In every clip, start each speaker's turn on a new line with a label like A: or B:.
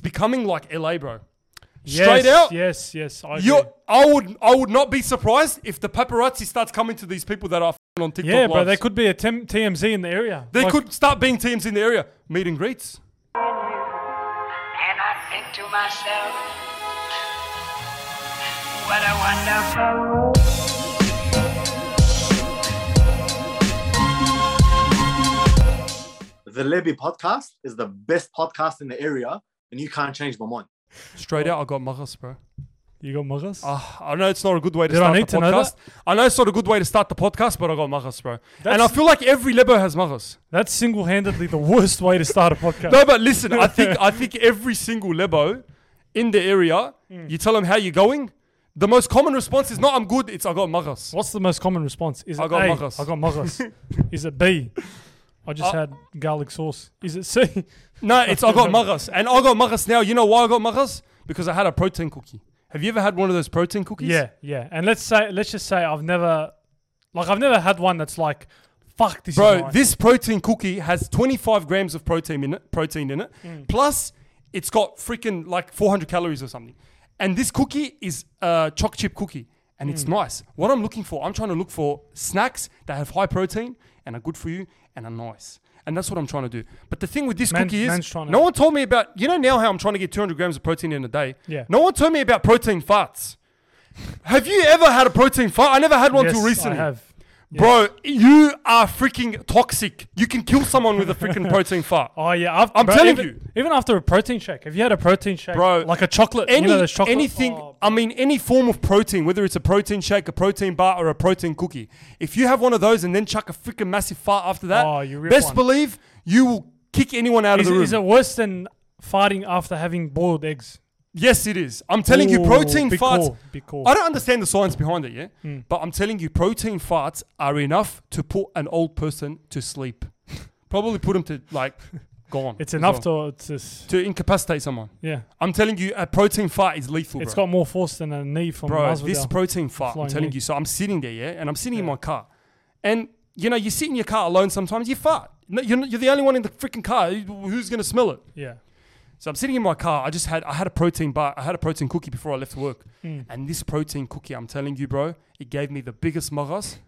A: becoming like LA, bro.
B: Yes,
A: Straight out,
B: Yes, yes. I
A: you
B: agree.
A: I would I would not be surprised if the paparazzi starts coming to these people that are f***ing on TikTok.
B: Yeah, bro.
A: lives.
B: They could be a tem- TMZ in the area.
A: they
B: Like,
A: could start being teams in the area. Meet and greets.
C: And I think to myself, what a wonderful world.
D: The Libby podcast is the best podcast in the area, and you can't change my mind.
A: Straight out, I got Maras, bro.
B: You got muggers?
A: Ah, I know it's not a good way to
B: Did I
A: start
B: need
A: the
B: to know
A: podcast. I know it's not a good way to start the podcast, but I got Maras, bro. and I
B: That's-
A: feel like every Lebo has Maras.
B: That's single-handedly the worst way to start a podcast.
A: No, but listen, I think I think every single Lebo in the area,
B: Hmm.
A: you tell them how you're going. The most common response is not I'm good, it's I got Maras.
B: What's the most common response? Is it
A: I got
B: A,
A: muggers.
B: I got muggers. Is it B? I just
A: Uh,
B: had garlic sauce. Is it C?
A: No, it's I got maras, and I got maras now. You know why I got maras? Because I had a protein cookie. Have you ever had one of those protein cookies?
B: Yeah, yeah. And let's say, let's just say I've never, like, I've never had one that's like, fuck this. is
A: bro.
B: mine.
A: This protein cookie has 25 grams of protein in it. Protein in it.
B: Mm.
A: Plus, it's got freaking like 400 calories or something. And this cookie is a choc chip cookie, and
B: Mm.
A: it's nice. What I'm looking for, I'm trying to look for snacks that have high protein and are good for you and are nice. And that's what I'm trying to do. But the thing with this
B: Man-
A: cookie
B: man's
A: is,
B: trying to-
A: no one told me about. You know now how I'm trying to get 200 grams of protein in a day.
B: Yeah.
A: No one told me about protein farts. Have you ever had a protein fart? I never had one
B: Yes,
A: till recently.
B: I have.
A: Bro, you are freaking toxic. You can kill someone with a freaking protein fart.
B: Oh yeah, I've,
A: I'm telling
B: even,
A: you.
B: even after a protein shake, have you had a protein shake,
A: Bro,
B: Like a chocolate,
A: Any,
B: you know, there's chocolate.
A: anything,
B: Oh,
A: I mean, any form of protein, whether it's a protein shake, a protein bar, or a protein cookie, if you have one of those and then chuck a freaking massive fart after that,
B: Oh, you rip
A: best
B: one.
A: believe you will kick anyone out
B: is,
A: of the room.
B: is it worse than farting after having boiled eggs?
A: yes, it is. I'm telling you,
B: Ooh,
A: protein
B: be
A: farts.
B: cool, be cool. Hmm.
A: I don't understand the science behind it, yeah? But I'm telling you, protein farts are enough to put an old person to sleep. Probably put them to, like, gone.
B: It's
A: as
B: enough
A: well.
B: to it's just,
A: to incapacitate someone.
B: yeah.
A: I'm telling you, a protein fart is lethal,
B: It's
A: bro.
B: got more force than a knee from
A: bro,
B: Masvidal.
A: this protein fart. I'm
B: Flying
A: telling
B: knee.
A: you. So I'm sitting there, yeah, and I'm sitting in my car, and you know, you sit in your car alone. Sometimes you fart. No, You're, not- you're the only one in the freaking car. Who- Who's gonna smell it?
B: yeah.
A: So I'm sitting in my car. I just had I had a protein bar. I had a protein cookie before I left work,
B: Hmm.
A: and this protein cookie, I'm telling you, bro, it gave me the biggest maras,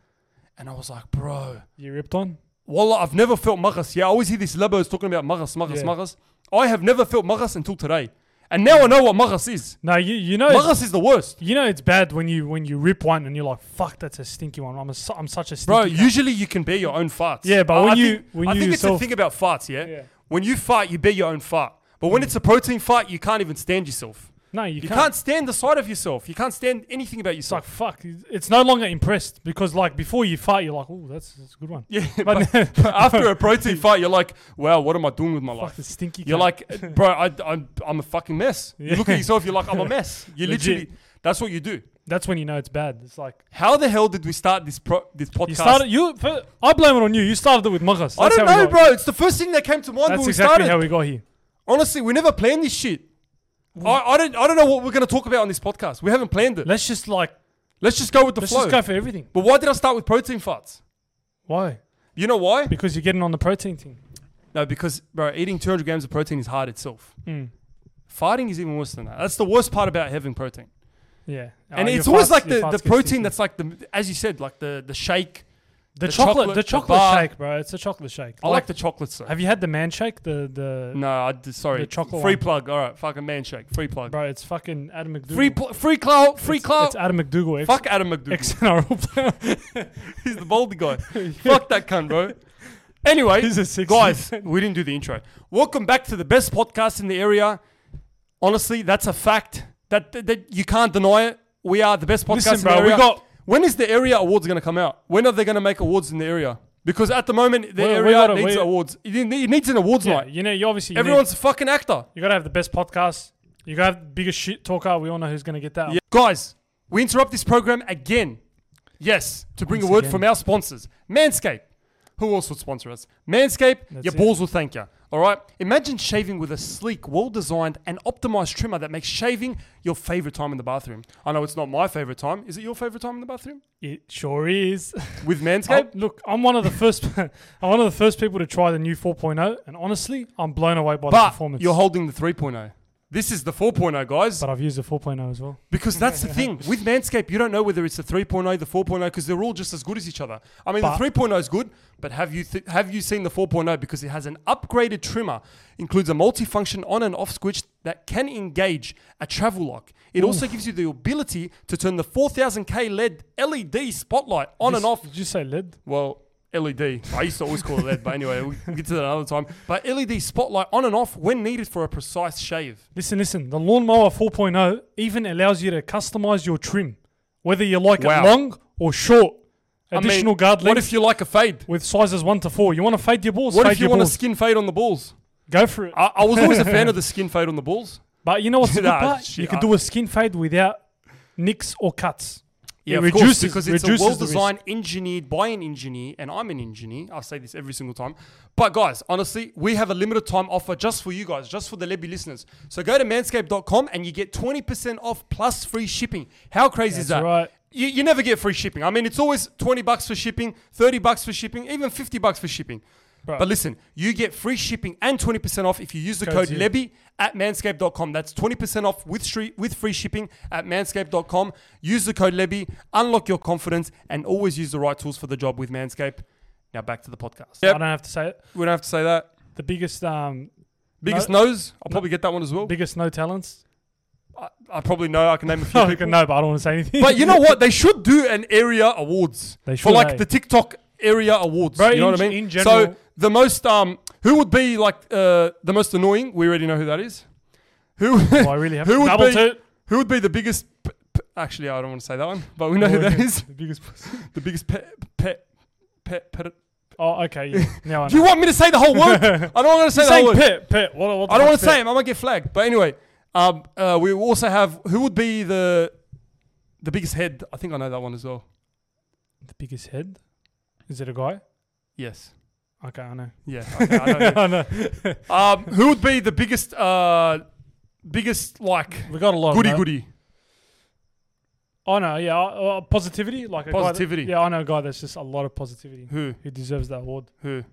A: and I was like, bro,
B: You ripped on?
A: Wallah, I've never felt maras. Yeah, I always hear these lebos talking about maras, maras,
B: Yeah.
A: maras. I have never felt maras until today. And now I know what maras is.
B: No, you you know it's,
A: Maras is the worst.
B: you know it's bad when you when you rip one and you're like, fuck, that's a stinky one. I'm a, su- I'm such a stinky.
A: Bro,
B: cunt."
A: usually you can bear your own farts.
B: Yeah, but
A: I-
B: when
A: I
B: you-
A: think,
B: when
A: I
B: you
A: think
B: yourself-
A: it's the thing about farts, yeah?
B: Yeah. Mm.
A: When you fart, you bear your own fart. But when it's a protein fart, you can't even stand yourself.
B: no,
A: You
B: you, can't.
A: can't, stand the sight of yourself. You can't stand anything about
B: It's like
A: yourself.
B: fuck. It's no longer impressed because like before you fight, you're like, oh, that's, that's a good one.
A: yeah, but, but after a protein fart, you're like, wow, what am I doing with my
B: Fuck
A: life?
B: the stinky.
A: You're
B: cunt.
A: like, bro, I, I'm, I'm a fucking mess. You look at yourself, you're like, I'm a mess. You
B: Legit.
A: literally, that's what you do.
B: that's when you know it's bad. It's like
A: How the hell did we start this pro- this podcast?
B: you started. You fir- I blame it on you. You started it with muggers.
A: I
B: That's
A: don't
B: how we
A: know,
B: got-
A: bro. It's the first thing that came to mind
B: That's
A: when we
B: exactly
A: started.
B: how we got here.
A: Honestly, we never planned this shit. I, I don't I don't know what we're gonna talk about on this podcast. We haven't planned it. Let's,
B: Let's just like
A: just go with the
B: let's
A: flow.
B: just go for everything.
A: but why did I start with protein farts?
B: Why?
A: You know why?
B: Because you're getting on the protein thing.
A: No, because bro, eating 200 grams of protein is hard itself.
B: Hmm.
A: Farting is even worse than that. That's the worst part about having protein.
B: Yeah.
A: And
B: Oh, your
A: it's always
B: farts-
A: like
B: your
A: the, the
B: farts get stinky.
A: protein that's like the as you said like the the shake.
B: the,
A: the
B: chocolate,
A: chocolate,
B: the
A: the
B: chocolate
A: bar.
B: shake, bro. It's a chocolate shake.
A: I like the chocolate stuff.
B: Have you had the man shake? The the
A: No, I d- sorry.
B: The chocolate
A: free
B: one.
A: plug. All right, fucking man shake. Free plug.
B: bro. It's fucking Adam McDougal.
A: Free pl- free clout. Free clout.
B: It's Adam McDougal. Ex-
A: Fuck Adam McDougal.
B: ex NRL player.
A: He's the baldy guy. Fuck that cunt, bro. Anyway,
B: He's a six-
A: guys, we didn't do the intro. Welcome back to the best podcast in the area. Honestly, that's a fact that that, that you can't deny it. We are the best podcast.
B: Listen,
A: in
B: bro,
A: the
B: we
A: area.
B: got-
A: When is the area awards going to come out? When are they going to make awards in the area? Because at the moment, the
B: We- we
A: area
B: gotta-
A: needs
B: we-
A: awards. It, ne- it needs an awards
B: yeah,
A: night.
B: you know, you obviously you need-
A: Everyone's a fucking actor.
B: You gotta have the best podcast. You gotta have the biggest shit talker. We all know who's gonna get that.
A: Yeah. Guys, we interrupt this program again. Yes, to bring
B: Once
A: a word
B: again.
A: from our sponsors, Manscaped. Who else would sponsor us? Manscaped, your
B: it.
A: balls will thank you. All right? Imagine shaving with a sleek, well designed, and optimized trimmer that makes shaving your favorite time in the bathroom. I know it's not my favorite time. Is it your favorite time in the bathroom?
B: It sure is.
A: With
B: I-
A: Manscaped?
B: look, I'm one of the first. I'm one of the first people to try the new 4.0, and oh, honestly, I'm blown away by the
A: but
B: performance.
A: you're holding the 3.0. This is the 4.0, guys.
B: But I've used the 4.0 as well.
A: Because that's the thing. With Manscaped, you don't know whether it's the 3.0, the 4.0, because they're all just as good as each other. I mean,
B: But-
A: the 3.0 is good, but have you th- have you seen the 4.0? Because it has an upgraded trimmer, includes a multifunction on and off switch that can engage a travel lock. It also gives you the ability to turn the 4000K LED LED E spotlight on
B: Did
A: and
B: you-
A: off.
B: Did you say lid?
A: Well, LED. I used to always call it LED, but anyway, we'll get to that another time. But LED spotlight on and off when needed for a precise shave.
B: Listen, listen. The lawnmower 4.0 even allows you to customize your trim, whether you like
A: Wow.
B: it long or short.
A: I mean,
B: Additional guard
A: What
B: length
A: if you like a fade?
B: with sizes one to four. You want to fade your balls?
A: What
B: fade
A: if you
B: your
A: want a
B: balls.
A: skin fade on the balls?
B: Go for it.
A: I, I was always a fan of the skin fade on the balls.
B: but you know what's the good
A: Nah,
B: part?
A: shit,
B: you can
A: I-
B: do a skin fade without nicks or cuts.
A: Yeah,
B: it
A: of course,
B: reduces
A: because it's a
B: reduces the risk.
A: well-designed, engineered by an engineer, and I'm an engineer. I say this every single time. But guys, honestly, we have a limited time offer just for you guys, just for the Lebby listeners. So go to manscaped.com and you get 20% off plus free shipping. How crazy is
B: That's
A: that?
B: right.
A: You, you never get free shipping. I mean, it's always 20 bucks for shipping, 30 bucks for shipping, even 50 bucks for shipping. But listen, you get free shipping and 20% off if you use the
B: Code's
A: code
B: here.
A: Lebby at manscaped.com. That's 20% off with, street, with free shipping at manscaped.com. Use the code Lebby, unlock your confidence, and always use the right tools for the job with Manscaped. Now back to the podcast.
B: I don't have to say it.
A: We don't have to say that.
B: The biggest, um,
A: Biggest nose, I'll probably get that one as well.
B: biggest no talents.
A: I probably know, I can name a few
B: No,
A: people.
B: no, but I don't want to say anything.
A: But you know what? They should do an area awards
B: They
A: for
B: should,
A: like
B: eh?
A: the TikTok area awards.
B: Bro,
A: you know
B: in-
A: what I mean?
B: in general-
A: so the most um, who would be like uh, the most annoying? We already know who that is. Who?
B: Oh, I really have
A: who
B: to
A: would
B: double
A: be?
B: toot.
A: Who would be the biggest? P- p- actually, I don't want to say that one, but
B: Oh,
A: we know who that is.
B: The biggest pussy.
A: The biggest pet pet pet pet.
B: Oh, okay. Yeah. Now I
A: You want me to say the whole word? I don't want to say the whole
B: saying
A: word.
B: pit, pit. What, what the
A: I don't want
B: fuck's
A: to say
B: pit?
A: him. I might get flagged. But anyway, um, uh, we also have who would be the the biggest head? I think I know that one as well.
B: The biggest head? Is it a guy?
A: Yes.
B: Okay, I know.
A: Yeah. okay, I know who-
B: I know.
A: Um, who would be the biggest, uh, biggest like
B: we got a lot.
A: goody
B: of
A: goody?
B: Oh no, yeah, uh, uh, positivity, like a guy that-
A: Positivity.
B: yeah, I know a guy that's just a lot of positivity.
A: Who?
B: Who deserves that award?
A: Who?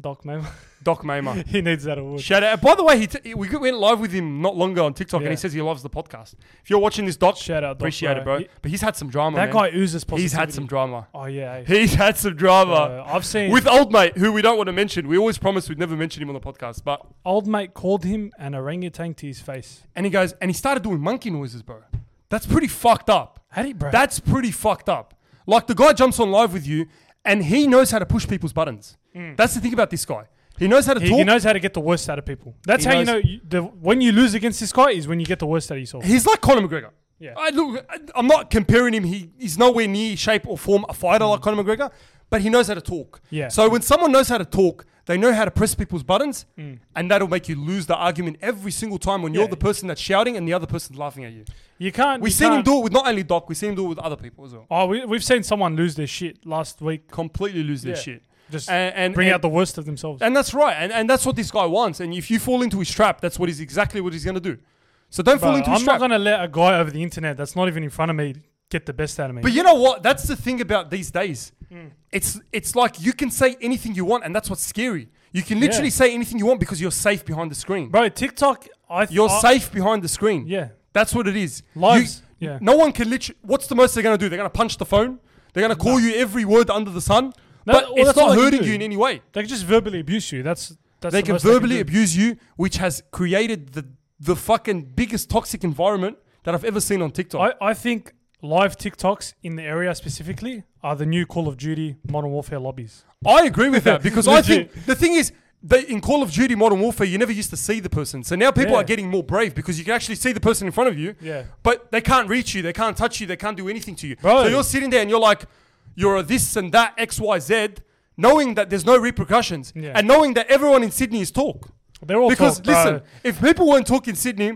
B: Doc Memo.
A: Doc Mamer.
B: he needs that award.
A: Shout out. By the way, he t- we g- went live with him not long ago on TikTok, and
B: Yeah.
A: he says he loves the podcast. If you're watching this, Doc,
B: Shout out, Doc,
A: appreciate
B: bro. Oh,
A: it, bro.
B: He-
A: but he's had some drama.
B: that
A: man.
B: guy oozes positivity.
A: He's had some drama.
B: Oh yeah. eh.
A: He's had some drama
B: Uh, I've seen
A: with old mate, who we don't want to mention. We always promise we'd never mention him on the podcast, but
B: old mate called him an orangutan to his face.
A: and he goes and he started doing monkey noises, bro. That's pretty fucked up.
B: How do you, bro?
A: That's pretty fucked up. Like the guy jumps on live with you and he knows how to push people's buttons. That's the thing about this guy. He knows how to
B: Mm. he,
A: talk.
B: he knows how to get the worst out of people. That's
A: He
B: how you
A: knows-
B: know you, the, when you lose against this guy is when you get the worst out of yourself.
A: He's like Conor McGregor.
B: Yeah.
A: I look, I- I'm not comparing him. He, he's nowhere near shape or form a fighter like Conor McGregor, but he knows how to talk.
B: Mm. Yeah.
A: So when someone knows how to talk, they know how to press people's buttons, and that'll make you lose the argument every single time when you're
B: Mm. Yeah.
A: the person that's shouting and the other person's laughing at you.
B: You can't.
A: We've
B: you
A: seen him
B: can't-
A: do it with not only Doc, we've seen him do it with other people as well.
B: Oh, we, we've seen someone lose their shit last week.
A: Completely lose their
B: Yeah.
A: shit.
B: Just
A: And- and-
B: bring
A: and-
B: out the worst of themselves.
A: And that's right. And, and that's what this guy wants. And if you fall into his trap, that's what he's exactly what he's going to do. So don't fall
B: Bro,
A: into his
B: I'm
A: trap.
B: not gonna let a guy over the internet that's not even in front of me get the best out of me.
A: but you know what? That's the thing about these days. It's it's like you can say anything you want, and that's what's scary. You can literally
B: Yeah.
A: say anything you want because you're safe behind the screen.
B: bro, TikTok, I th-
A: You're
B: I-
A: safe behind the screen.
B: Yeah.
A: That's what it is. You-
B: Lives, yeah.
A: No one can literally. What's the most they're going to do? They're going to punch the phone. They're going to call you every word under the sun.
B: No,
A: but
B: well,
A: it's
B: that's all
A: not
B: they can
A: hurting
B: do.
A: you in any way.
B: They can just verbally abuse you. That's that's
A: they
B: the
A: can
B: most
A: verbally
B: do.
A: abuse you, which has created the the fucking biggest toxic environment that I've ever seen on TikTok.
B: I, I think live TikToks in the area specifically are the new Call of Duty Modern Warfare lobbies.
A: I agree with that because I think
B: Legit.
A: the thing is that in Call of Duty Modern Warfare, you never used to see the person. So now people
B: Yeah.
A: are getting more brave because you can actually see the person in front of you.
B: Yeah.
A: But they can't reach you, they can't touch you, they can't do anything to you.
B: Bro.
A: So you're sitting there and you're like, you're a this and that, X, Y, Z, knowing that there's no repercussions
B: Yeah.
A: and knowing that everyone in Sydney is talk.
B: They're all
A: Because
B: talk,
A: listen,
B: bro.
A: if people weren't talking Sydney,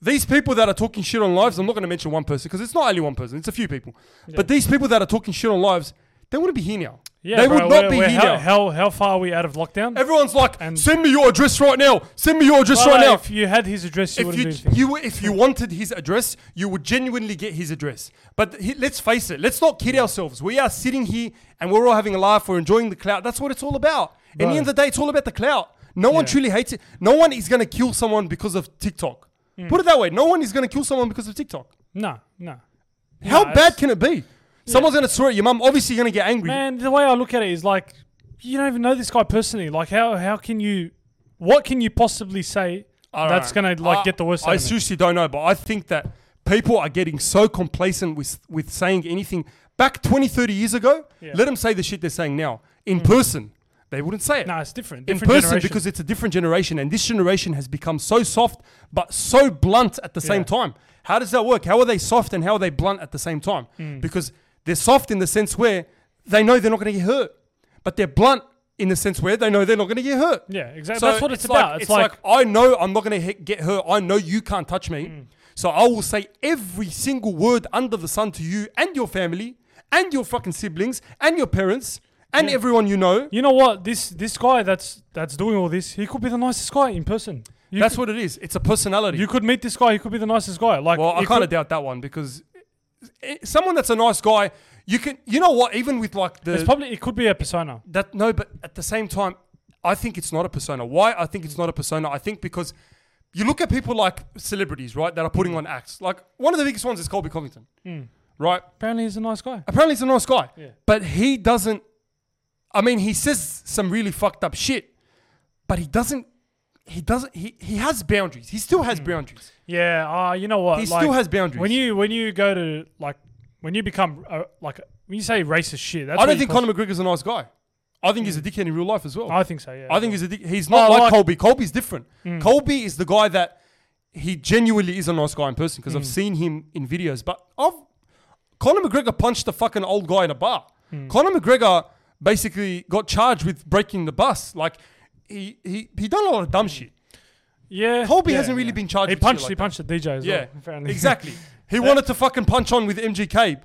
A: these people that are talking shit on lives, I'm not going to mention one person because it's not only one person, it's a few people. But these people that are talking shit on lives, they wouldn't be here now.
B: yeah,
A: they
B: bro,
A: would not
B: we're-
A: be
B: we're
A: here
B: how,
A: now.
B: how how far are we out of lockdown?
A: Everyone's like,
B: And-
A: send me your address right now. Send me your address
B: Well,
A: right now.
B: If you had his address, you
A: If
B: wouldn't
A: you,
B: do anything.
A: you were- if you wanted his address, you would genuinely get his address. But he, let's face it, let's not kid ourselves. We are sitting here and we're all having a laugh. We're enjoying the clout. That's what it's all about. In the
B: Right.
A: end of the day, it's all about the clout. No one
B: Yeah.
A: truly hates it. No one is gonna kill someone because of TikTok.
B: Mm.
A: Put it that way. No one is gonna kill someone because of TikTok.
B: No, no.
A: How
B: it's-
A: bad can it be? Someone's gonna swear at your mum. Obviously, you're gonna get angry.
B: Man, the way I look at it is like you don't even know this guy personally. Like how how can you what can you possibly say
A: I don't
B: that's
A: know.
B: gonna like
A: I-
B: get the worst
A: I
B: out of me?
A: seriously don't know, but I think that people are getting so complacent with with saying anything. Back 20, 30 years ago, let them say the shit they're saying now in person. They wouldn't say it.
B: No, Mm. it's different.
A: in
B: different
A: person
B: generation.
A: because it's a different generation and this generation has become so soft but so blunt at the same
B: Yeah.
A: time how does that work how are they soft and how are they blunt at the same time
B: Mm.
A: because they're soft in the sense where they know they're not going to get hurt but they're blunt in the sense where they know they're not going to get hurt
B: Yeah, exactly.
A: So
B: That's what it's, about.
A: like,
B: it's like, Mm.
A: i know i'm not going to get hurt i know you can't touch me so i will say every single word under the sun to you and your family and your fucking siblings and your parents and everyone you know
B: you know what? This this guy that's that's doing all this, he could be the nicest guy in person. You
A: that's
B: could,
A: what it is it's a personality
B: you could meet this guy, he could be the nicest guy. Like
A: Well, I
B: it
A: kind of
B: could-
A: doubt that one because i- someone that's a nice guy, you can, you know what? Even with like the
B: it's probably it could be a persona.
A: that no, but at the same time, I think it's not a persona. Why I think it's not a persona? I think because you look at people like celebrities, right, that are putting on acts. Like one of the biggest ones is Colby Covington, right?
B: Apparently he's a nice guy.
A: Apparently, he's a nice guy, but he doesn't. I mean, he says some really fucked up shit, but he doesn't. He doesn't. He he has boundaries. He still has boundaries.
B: Yeah, uh, you know what?
A: He still has boundaries.
B: When you when you go to like when you become uh, like when you say racist shit, that's
A: I
B: what
A: don't
B: you
A: think
B: call-
A: Conor McGregor's a nice guy. I think he's a dickhead in real life as well.
B: I think so. Yeah,
A: I think he's a dick. He's not
B: Oh,
A: like,
B: like- Hmm.
A: Colby. Colby's different. Colby is the guy that he genuinely is a nice guy in person because
B: Hmm.
A: I've seen him in videos. But I've Conor McGregor punched a fucking old guy in a bar.
B: Hmm.
A: Conor McGregor basically got charged with breaking the bus. Like he he he done a lot of dumb
B: Hmm.
A: shit.
B: yeah.
A: Colby
B: yeah,
A: hasn't really
B: yeah.
A: been charged.
B: He
A: with shit
B: punched.
A: like
B: he
A: that.
B: punched the DJ as
A: Yeah,
B: well. Apparently.
A: exactly. He wanted to fucking punch on with MGK,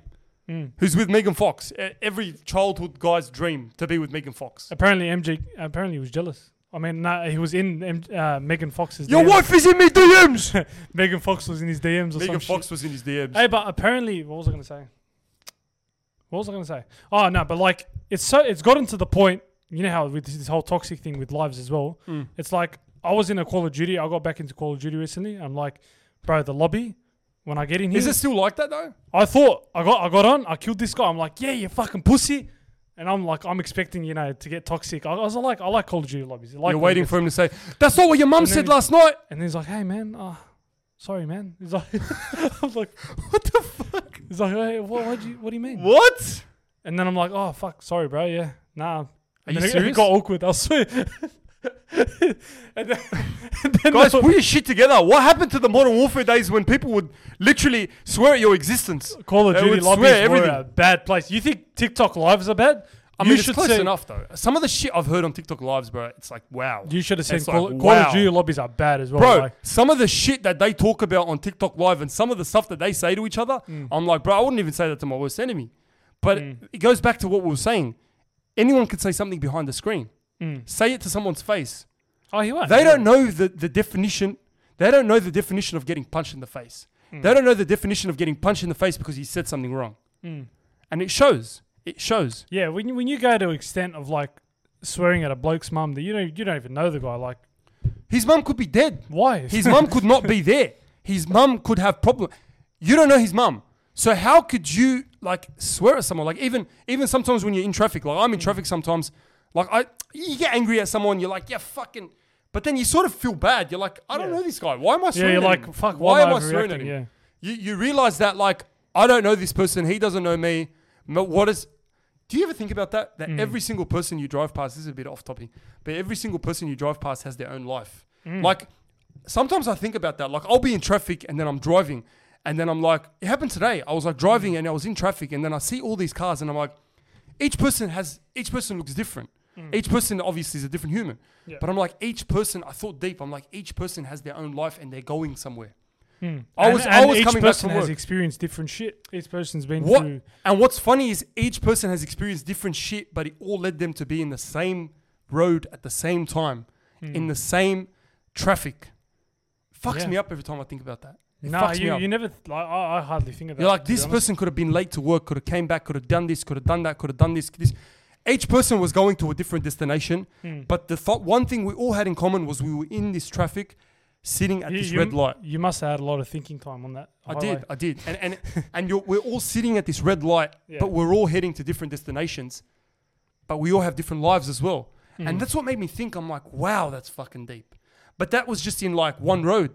B: Hmm.
A: who's with Megan Fox. E- Every childhood guy's dream to be with Megan Fox.
B: apparently, MJ. Apparently, he was jealous. I mean, nah, he was in M- uh, Megan Fox's.
A: Your
B: DMs.
A: wife is in me DMs.
B: Megan Fox was in his DMs or
A: Megan
B: something.
A: Fox was in his DMs.
B: Hey, but apparently, what was I gonna say? What was I gonna say? Oh no, but like it's so it's gotten to the point. You know how with this, this whole toxic thing with lives as well.
A: Mm.
B: It's like I was in a Call of Duty. I got back into Call of Duty recently. I'm like, bro, the lobby. When I get in here,
A: Is it still like that though?
B: I thought I got I got on. I killed this guy. I'm like, yeah, you fucking pussy. And I'm like, I'm expecting you know to get toxic. I, I was like, I like Call of Duty lobbies. I Like
A: You're
B: when it
A: waiting
B: gets-
A: for him to say, "That's not what your mum said
B: he-
A: last night."
B: And he's like, hey man, uh, sorry man. He's like, I'm like,
A: What the fuck?
B: he's like, hey, what, what do you what do you mean?
A: What?
B: And then I'm like, oh fuck, sorry, bro. Yeah, nah.
A: you
B: And then it- It
A: serious?
B: got awkward. I swear. and then, and then
A: Guys,
B: the-
A: put your shit together. What happened to the modern warfare days when people would literally swear at your existence?
B: Call of
A: They
B: Duty
A: would
B: lobbies
A: swear
B: were
A: everything.
B: a bad place. You think TikTok lives are bad?
A: I
B: you
A: mean, it's close
B: see-
A: enough though. Some of the shit I've heard on TikTok lives, bro, it's like wow.
B: You should have seen
A: It's
B: Call,
A: like,
B: Call
A: wow.
B: of Duty lobbies are bad as well.
A: Bro,
B: like-
A: some of the shit that they talk about on TikTok live and some of the stuff that they say to each other,
B: Mm.
A: I'm like, bro, I wouldn't even say that to my worst enemy. But it goes back to what we were saying. Anyone could say something behind the screen.
B: Mm.
A: Say it to someone's face.
B: oh, he won't.
A: They don't know the, the definition. They don't know the definition of getting punched in the face. They don't know the definition of getting punched in the face because you said something wrong. And it shows. It shows.
B: Yeah, when you, when you go to extent of like swearing at a bloke's mum that you don't you don't even know the guy. Like,
A: His mum could be dead.
B: why?
A: His mum could not be there. His mum could have problem. You don't know his mum. So how could you like swear at someone? Like even even sometimes when you're in traffic, like I'm in traffic sometimes, like I you get angry at someone, you're like, yeah, fucking. But then you sort of feel bad. You're like, I don't
B: Yeah.
A: know this guy. Why am I
B: yeah,
A: swearing?
B: you're
A: at
B: like,
A: him?
B: fuck.
A: Why am I
B: overreacting?
A: swearing at him?
B: Yeah.
A: You you realize that like I don't know this person. He doesn't know me. Mo- What is? Do you ever think about that? That
B: Mm.
A: every single person you drive past this is a bit off topic, but every single person you drive past has their own life.
B: Mm.
A: Like sometimes I think about that. Like I'll be in traffic and then I'm driving, and then I'm like, it happened today. I was like driving
B: Mm.
A: and I was in traffic, and then I see all these cars, and I'm like, each person has each person looks different.
B: Hmm.
A: Each person obviously is a different human. But I'm like, each person, I thought deep, I'm like, each person has their own life and they're going somewhere. I
B: Hmm. And-
A: was,
B: and
A: I was
B: each
A: coming back
B: person
A: from
B: has Hmm.
A: work.
B: experienced different shit. Each person's been
A: What?
B: through.
A: And what's funny is each person has experienced different shit, but it all led them to be in the same road at the same time, in the same traffic. Fucks
B: Hmm. Yeah.
A: me up every time I think about that. It
B: Nah,
A: fucks me
B: you,
A: up.
B: you never th- like I, I hardly think of that.
A: You're like,
B: to be
A: this
B: honest.
A: person could have been late to work, could have came back, could have done this, could have done that, could have done this, this. each person was going to a different destination,
B: Hmm.
A: but the th- one thing we all had in common was we were in this traffic, sitting at
B: You,
A: this
B: you-
A: red light.
B: you must have had a lot of thinking time on that.
A: I did, I did, and and and you're, we're all sitting at this red light,
B: Yeah.
A: but we're all heading to different destinations, but we all have different lives as well,
B: Hmm.
A: and that's what made me think. I'm like, wow, that's fucking deep, but that was just in like one road.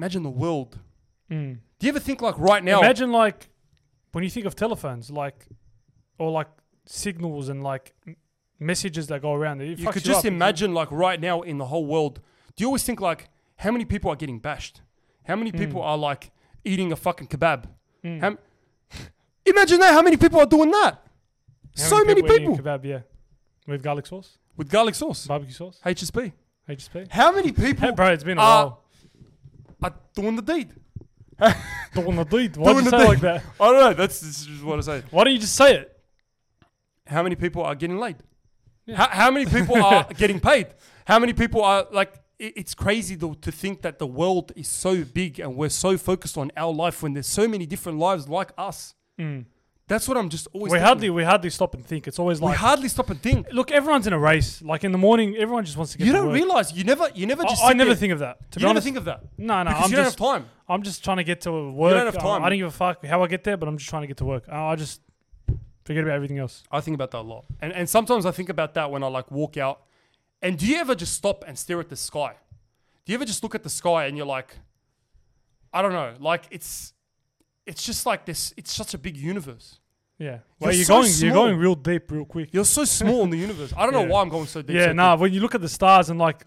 A: Imagine the world. Do you ever think like right now?
B: Hmm. Imagine like when you think of telephones, like or like signals and like m- messages that go around. It
A: you
B: fucks
A: could just
B: up.
A: imagine like right now in the whole world do you always think like how many people are getting bashed how
B: Hmm.
A: many people are like eating a fucking kebab How m- imagine that how many people are doing that
B: How
A: so many
B: were eating
A: people
B: Kebab, yeah, with garlic sauce,
A: with garlic sauce
B: barbecue sauce,
A: hsp
B: HSP.
A: how many people
B: Hey, bro, it's been a
A: are-
B: while.
A: are doing the deed
B: Doing the deed. Why do
A: Doing
B: you
A: the
B: say it like
A: deed.
B: that?
A: i don't know that's, that's just what i say
B: Why don't you just say it?
A: how many people are getting laid how, how many people are getting paid how many people are like i- it's crazy to, to think that the world is so big and we're so focused on our life when there's so many different lives like us that's what i'm just always
B: Mm. We
A: thinking.
B: hardly we hardly stop and think. It's always
A: we
B: like
A: hardly stop and think
B: look, everyone's in a race. Like in the morning, everyone just wants to get.
A: you
B: to
A: don't
B: work.
A: realize you never you never just
B: I, I
A: sit
B: never
A: there-
B: think of that. To
A: you
B: be
A: never
B: honest,
A: think of that
B: No, no,
A: because
B: I'm
A: you
B: just-
A: don't have time
B: I'm just trying to get to work.
A: have
B: I-
A: time.
B: I, don't give a fuck how I get there, but I'm just trying to get to work. I, I just forget about everything else.
A: i think about that a lot and and sometimes i think about that when i like walk out and do you ever just stop and stare at the sky do you ever just look at the sky and you're like i don't know like it's it's just like this it's such a big universe
B: Yeah. Well,
A: You're
B: you're
A: so
B: going you're
A: small.
B: going real deep, real quick.
A: You're so small in the universe. I don't know
B: Yeah.
A: why I'm going so deep.
B: yeah.
A: so
B: Nah.
A: deep.
B: When you look at the stars and like,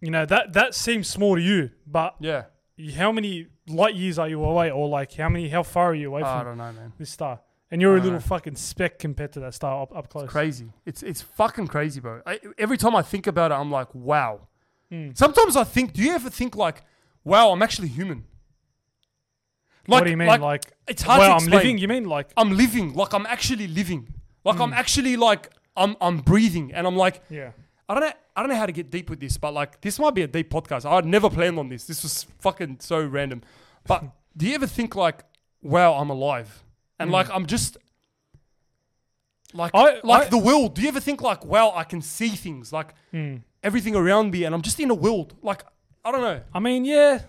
B: you know that that seems small to you, but
A: Yeah.
B: how many light years are you away, or like how many how far are you away
A: I
B: from
A: don't know, man.
B: this star? And you're a
A: don't
B: little
A: know.
B: fucking speck compared to that star up, up close.
A: Crazy. Ah. It's it's fucking crazy, bro. I, every time I think about it, I'm like, wow.
B: Hmm.
A: Sometimes I think, do you ever think like, wow, I'm actually human?
B: what do you mean? Like,
A: it's hard
B: well,
A: to
B: I'm
A: explain.
B: living. You mean like?
A: I'm living. Like I'm actually living. Like
B: Mm.
A: I'm actually like I'm I'm breathing, and I'm like,
B: yeah.
A: I don't know. I don't know how to get deep with this, but like this might be a deep podcast. I would never planned on this. This was fucking so random. But do you ever think like, wow, I'm alive, and like I'm just like
B: Mm. I-
A: like
B: I-
A: the world. Do you ever think like, wow, I can see things like
B: Mm.
A: everything around me, and I'm just in a world. Like I don't know.
B: I mean, yeah.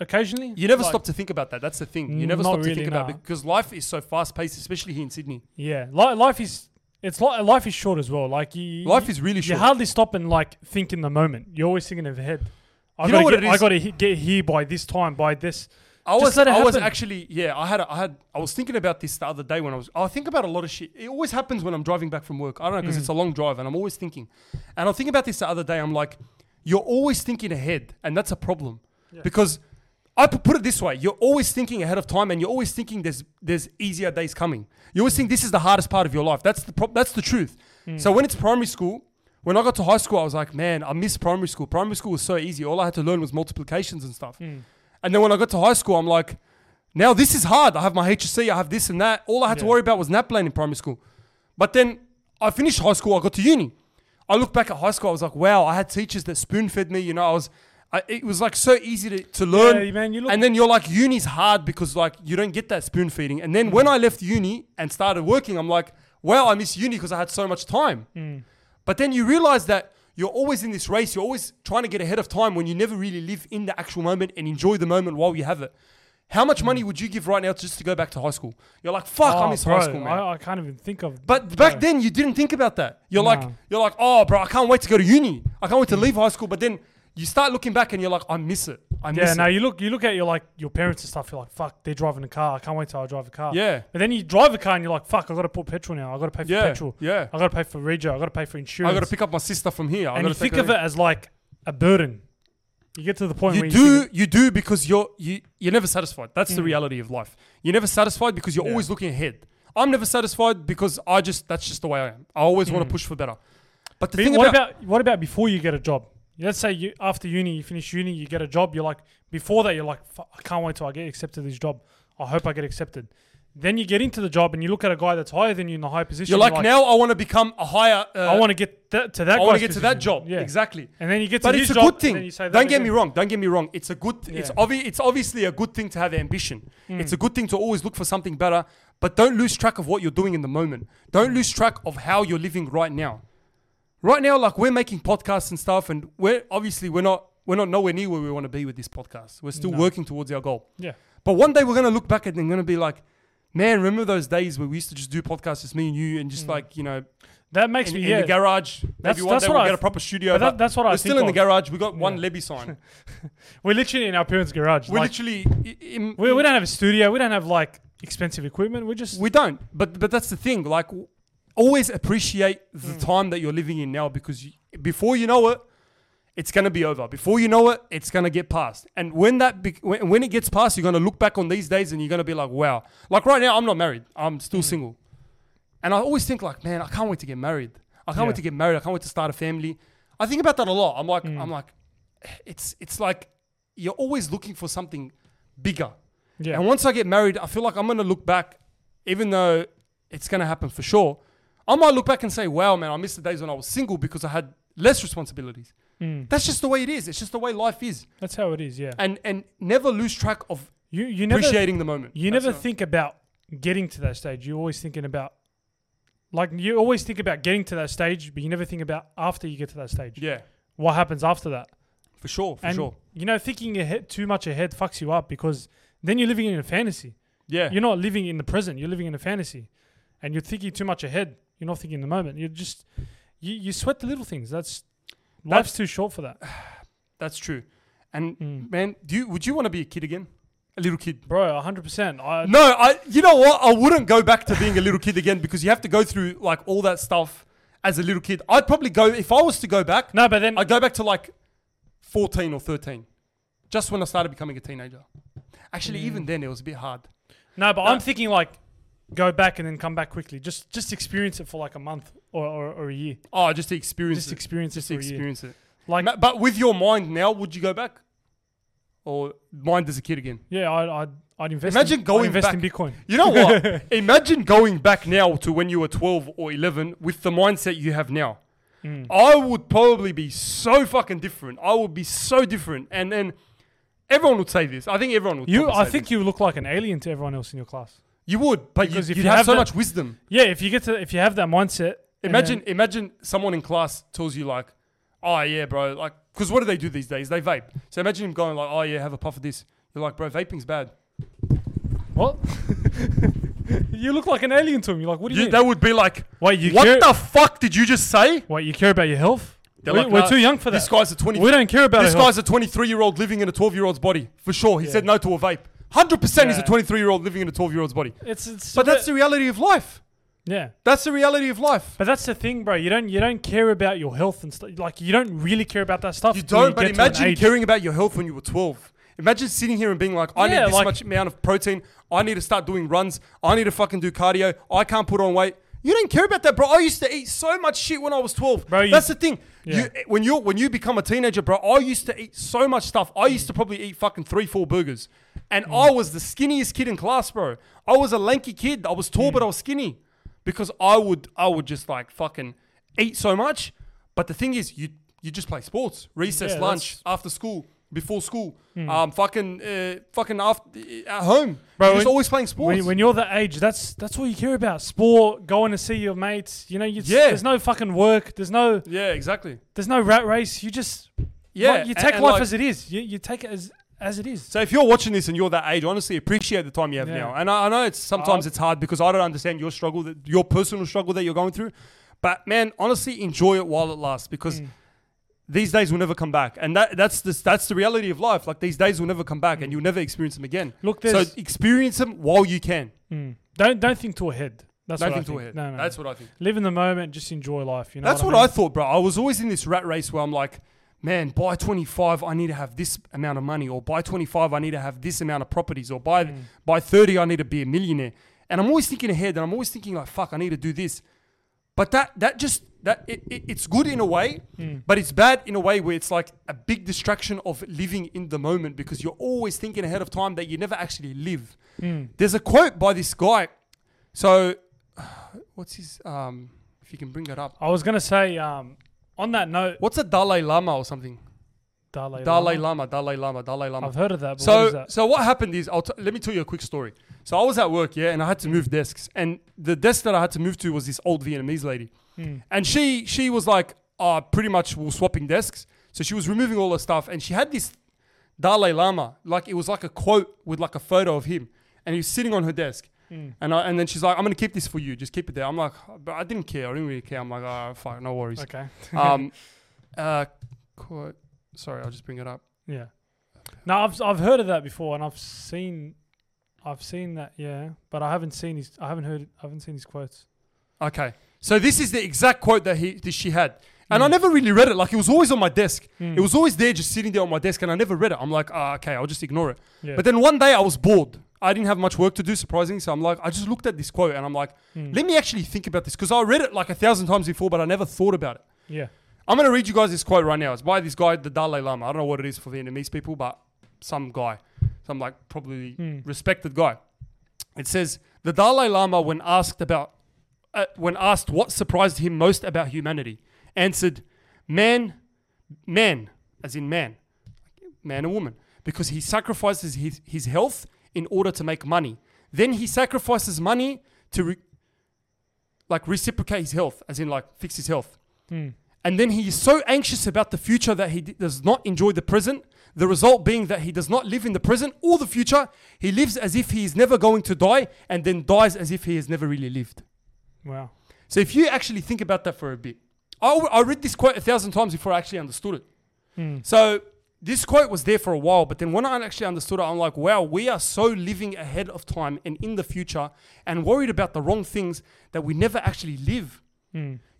B: Occasionally.
A: You never
B: like- Mm,
A: stop to think about that. That's the thing. You never
B: Not
A: stop to
B: really,
A: think about
B: nah.
A: it because life is so fast paced, especially here in Sydney.
B: Yeah, li- life is it's li- life is short as well. Like you,
A: Life
B: you-
A: is really
B: You
A: short.
B: hardly stop and like think in the moment. You're always thinking ahead. I
A: You know
B: gotta
A: what
B: get,
A: it
B: I
A: is?
B: got to he- get here by this time. By this.
A: I
B: Just
A: was,
B: let it
A: I was
B: happen.
A: actually, yeah, I had, a, I had, I was thinking about this the other day when I was. I think about a lot of shit. It always happens when I'm driving back from work. I don't know because it's a long drive, and I'm always thinking. And I think about this the other day. I'm like, you're always thinking ahead, and that's a problem because I p- put it this way: you're always thinking ahead of time, and you're always thinking there's there's easier days coming. You always think this is the hardest part of your life. That's the prob- that's the truth. So when it's primary school, when I got to high school, I was like, man, I miss primary school. Primary school was so easy. All I had to learn was multiplications and stuff. And then when I got to high school, I'm like, now this is hard. I have my HSC, I have this and that. All I had to
B: Yeah.
A: worry about was nap plan in primary school. But then I finished high school, I got to uni. I look back at high school, I was like, wow, I had teachers that spoon fed me. You know, I was, I, it was like so easy to, to learn.
B: Yeah, man, you look-
A: and then you're like, uni's hard because like you don't get that spoon feeding. And
B: Mm.
A: then when I left uni and started working, I'm like, wow, I miss uni because I had so much time.
B: Mm.
A: But then you realize that you're always in this race. You're always trying to get ahead of time when you never really live in the actual moment and enjoy the moment while you have it. How much money would you give right now just to go back to high school? You're like, fuck, I
B: Hmm. Oh,
A: miss
B: bro,
A: high school, man.
B: I, I can't even think of.
A: but back then you didn't think about that. You're like,
B: No.
A: you're like, oh, bro, I can't wait to go to uni. I can't wait
B: Hmm.
A: to leave high school. But then you start looking back and you're like, I miss it. I miss
B: Yeah,
A: it.
B: now you look you look at your like your parents and stuff. You're like, fuck, they're driving a car. I can't wait till I drive a car.
A: Yeah.
B: But then you drive a car and you're like, fuck, I got to put petrol now. I got to pay for
A: Yeah,
B: petrol.
A: yeah.
B: I got to pay for rego. I got to pay for insurance.
A: I got to pick up my sister from here. I
B: and
A: gotta
B: you
A: take
B: think
A: her
B: of it as like a burden. You get to the point where
A: you
B: you
A: do
B: think,
A: you do because you're you, you're never satisfied that's the reality of life you're never satisfied because you're always looking ahead i'm never satisfied because i just that's just the way i am i always want to push for better but the
B: But
A: thing
B: what
A: about,
B: about, what about before you get a job? Let's say you after uni, you finish uni, you get a job. You're like before that, you're like, "Fuck, I can't wait till I get accepted to this job. I hope I get accepted. Then you get into the job and you look at a guy that's higher than you in the high position.
A: You're like, now I want to become a higher. Uh,
B: I want to get that, to
A: I
B: that.
A: want to
B: guy's
A: get to that
B: position.
A: job.
B: Yeah,
A: Exactly.
B: And then you get to
A: but it's
B: his
A: a
B: job,
A: good
B: and
A: thing.
B: then you say that
A: don't get me
B: again.
A: wrong. Don't get me wrong. It's a good. It's
B: Yeah. Hmm.
A: obvi- It's obviously a good thing to have ambition. It's a good thing to always look for something better. But don't lose track of what you're doing in the moment. Don't lose track of how you're living right now. Right now, like we're making podcasts and stuff, and we're obviously we're not we're not nowhere near where we want to be with this podcast. We're still working towards our goal.
B: Yeah.
A: But one day we're gonna look back at it and gonna be like, man, remember those days where we used to just do podcasts, just me and you, and
B: Hmm.
A: just like you know,
B: That makes
A: in,
B: me
A: in
B: yeah.
A: the garage. Maybe
B: That's-
A: one
B: that's
A: day
B: what
A: we'll
B: I
A: get a
B: th-
A: proper studio.
B: but that-
A: but
B: that's what I
A: we're still in the
B: think
A: garage. We got one Levy sign.
B: We're literally in our parents' garage.
A: We're
B: like,
A: literally i- im-
B: we, we don't have a studio. We don't have like expensive equipment. We're just
A: we don't. But but that's the thing. Like, w- always appreciate the time that you're living in now because you, before you know it, it's gonna be over. Before you know it, it's gonna get past. And when that bec when, when it gets past, you're gonna look back on these days and you're gonna be like, wow. Like right now, I'm not married. I'm still single, and I always think like, man, I can't wait to get married. I can't
B: Yeah.
A: wait to get married. I can't wait to start a family. I think about that a lot. I'm like, I'm like, it's it's like you're always looking for something bigger.
B: yeah.
A: And once I get married, I feel like I'm going to look back, even though it's going to happen for sure. I might look back and say, wow, man, I missed the days when I was single because I had less responsibilities.
B: Hmm.
A: That's just the way it is. It's just the way life is.
B: That's how it is. Yeah.
A: And and never lose track of
B: You you never
A: appreciating the moment.
B: you
A: That's
B: never
A: all.
B: think about getting to that stage. You're always thinking about like you always think about getting to that stage, but you never think about after you get to that stage.
A: Yeah,
B: What happens after that?
A: for sure, for
B: and
A: sure.
B: you know, thinking ahead too much ahead fucks you up because then you're living in a fantasy.
A: Yeah.
B: You're not living in the present. You're living in a fantasy, and you're thinking too much ahead. You're not thinking in the moment. You're just you, you sweat the little things. That's life's too short for that,
A: That's true. And
B: Hmm.
A: man, do you, would you want to be a kid again? A little kid?
B: bro. hundred percent. I
A: No, I. You know what? I wouldn't go back to being a little kid again because you have to go through like all that stuff as a little kid. I'd probably go if I was to go back.
B: no, but then
A: I go back to like 14 or 13, just when I started becoming a teenager. Actually,
B: Mm.
A: even then, it was a bit hard.
B: No, but I'm thinking like go back and then come back quickly. Just just experience it for like a month or, or, or a year.
A: Oh, just to experience
B: Just
A: it.
B: experience it
A: Just to
B: for a year.
A: experience it.
B: Like
A: Ma- But with your mind now, would you go back? Or mind as a kid again?
B: yeah, I I'd, I'd invest
A: Imagine
B: in,
A: going
B: I'd invest
A: back.
B: in Bitcoin.
A: You know what? Imagine going back now to when you were 12 or 11 with the mindset you have now.
B: Mm.
A: I would probably be so fucking different. I would be so different. And then everyone would say this. I think everyone would.
B: You
A: probably
B: I
A: say
B: think
A: this.
B: you look like an alien to everyone else in your class.
A: you would, but you,
B: Because if
A: you'd
B: you
A: have
B: have
A: so
B: that-
A: much wisdom.
B: Yeah, if you get to if you have that mindset and
A: Imagine,
B: then-
A: imagine someone in class tells you like, "Oh yeah, bro," like, because what do they do these days? They vape. So imagine him going like, "Oh yeah, have a puff of this." You're like, "Bro, vaping's bad."
B: what? you look like an alien to him. You're like, what do you,
A: You,
B: mean?
A: they would be like,
B: Wait, you
A: what
B: care-
A: the fuck did you just say?"
B: What, you care about your health?
A: They're
B: we,
A: like,
B: we're
A: "Nah,
B: too young for that.
A: This guy's a twenty.
B: we don't care about
A: This
B: our health.
A: guy's a twenty-three-year-old living in a twelve-year-old's body for sure. He said no to a vape. Hundred percent, he's a
B: Yeah.
A: twenty-three-year-old living in a twelve-year-old's body.
B: It's, it's
A: But that's the reality of life.
B: yeah.
A: That's the reality of life.
B: But that's the thing, bro. You don't you don't care about your health and stuff. Like you don't really care about that stuff.
A: You
B: until
A: don't. but
B: get to an
A: imagine
B: age.
A: caring about your health when you were twelve. Imagine sitting here and being like, I
B: Yeah,
A: need this
B: like-
A: much amount of protein. I need to start doing runs. I need to fucking do cardio. I can't put on weight. You don't care about that, bro. I used to eat so much shit when I was twelve.
B: Bro, you-
A: That's the thing.
B: Yeah.
A: You, when you when you become a teenager, bro, I used to eat so much stuff. I used to probably eat fucking three, four burgers, and I was the skinniest kid in class, bro. I was a lanky kid. I was tall,
B: Hmm.
A: but I was skinny because I would I would just like fucking eat so much. But the thing is, you you just play sports, recess,
B: Yeah,
A: lunch,
B: that's- Hmm.
A: after school, before school, um, fucking uh, fucking after uh, at home.
B: Bro,
A: You're just
B: when-
A: always playing sports.
B: When, when you're that age, that's that's all you care about. Sport, going to see your mates. You know, you
A: Yeah.
B: there's no fucking work. There's no
A: yeah, exactly.
B: there's no rat race. You just
A: Yeah,
B: like, you
A: and-
B: take
A: and
B: life
A: like-
B: as it is. You you take it as as it is.
A: So if you're watching this and you're that age, honestly, appreciate the time you have
B: Yeah. Uh,
A: now. And I, I know it's sometimes it's hard because I don't understand your struggle, that, your personal struggle that you're going through. But man, honestly, enjoy it while it lasts because
B: Hmm.
A: these days will never come back, and that, that's the that's the reality of life. Like these days will never come back, and you'll never experience them again.
B: Hmm. Look,
A: so
B: there's-
A: experience them while you can.
B: Don't don't think too ahead. That's
A: Don't
B: what
A: think
B: I
A: too
B: think.
A: ahead.
B: No, no,
A: That's
B: no.
A: what I think.
B: Live in the moment. Just enjoy life. You know.
A: That's
B: what,
A: what I
B: mean?
A: thought, bro. I was always in this rat race where I'm like, man, by 25, I need to have this amount of money, or by 25, I need to have this amount of properties, or by
B: Mm.
A: by 30, I need to be a millionaire. And I'm always thinking ahead, and I'm always thinking like, fuck, I need to do this. But that that just that it, it, it's good in a way,
B: Mm.
A: but it's bad in a way where it's like a big distraction of living in the moment because you're always thinking ahead of time that you never actually live.
B: Mm.
A: There's a quote by this guy. So, what's his? Um, if you can bring that up,
B: I was gonna say um, on that note,
A: what's a Dalai Lama or something?
B: Dalai,
A: Dalai
B: Lama.
A: Lama, Dalai Lama, Dalai Lama.
B: I've heard of that. But
A: so
B: what is that?
A: so what happened is I'll t- let me tell you a quick story. So I was at work, yeah, and I had to move desks, and the desk that I had to move to was this old Vietnamese lady,
B: Hmm.
A: and she she was like, uh, pretty much we were swapping desks. So she was removing all her stuff, and she had this Dalai Lama, like it was like a quote with like a photo of him, and he was sitting on her desk.
B: Hmm.
A: And, I, and then she's like, I'm gonna keep this for you. Just keep it there. I'm like, but I didn't care. I didn't really care. I'm like, ah, fuck, no worries.
B: okay,
A: Um, uh, quote. Sorry, I'll just bring it up.
B: yeah. No, I've I've heard of that before, and I've seen, I've seen that, yeah. But I haven't seen his, I haven't heard, I haven't seen his quotes.
A: Okay. So this is the exact quote that he that she had. And I never really read it. Like it was always on my desk. It was always there just sitting there on my desk and I never read it. I'm like, ah, okay, I'll just ignore it.
B: Yeah.
A: But then one day I was bored. I didn't have much work to do, surprisingly. So I'm like, I just looked at this quote and I'm like, let me actually think about this. Because I read it like a thousand times before, but I never thought about it.
B: Yeah,
A: I'm gonna read you guys this quote right now. It's by this guy, the Dalai Lama. I don't know what it is for Vietnamese people, but some guy, some like probably respected guy. It says the Dalai Lama, when asked about, uh, when asked what surprised him most about humanity, answered, "Man, man, as in man, man and woman, because he sacrifices his, his health in order to make money. Then he sacrifices money to re- like reciprocate his health, as in like fix his health." And then he is so anxious about the future that he d- does not enjoy the present. The result being that he does not live in the present or the future. He lives as if he is never going to die and then dies as if he has never really lived.
B: wow.
A: So if you actually think about that for a bit, I, w- I read this quote a thousand times before I actually understood it. So this quote was there for a while, but then when I actually understood it, I'm like, wow, we are so living ahead of time and in the future and worried about the wrong things that we never actually live.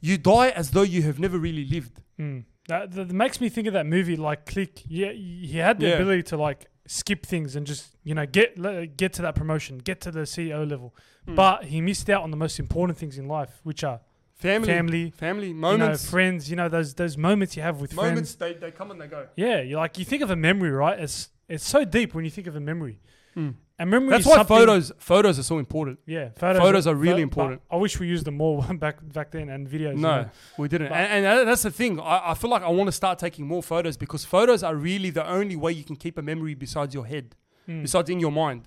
A: You die as though you have never really lived.
B: Hmm. That, that makes me think of that movie, like Click. Yeah, he had the
A: Yeah.
B: ability to like skip things and just you know get le- get to that promotion, get to the CEO level,
A: Hmm.
B: but he missed out on the most important things in life, which are
A: Family,
B: Family.
A: family
B: you know,
A: moments.
B: friends. You know those those moments you have with friends.
A: moments. They, they come and they go.
B: Yeah, you like you think of a memory, right? It's it's so deep when you think of a memory. A memory.
A: Hmm. That's
B: is
A: why
B: something-
A: photos photos are so important.
B: Yeah, photos.
A: photos are really
B: but
A: important.
B: I wish we used them more back back then and videos. you
A: No,
B: know.
A: we didn't.
B: But-
A: And, and that's the thing. I, I feel like I want to start taking more photos because photos are really the only way you can keep a memory besides your head,
B: Hmm.
A: besides in your mind.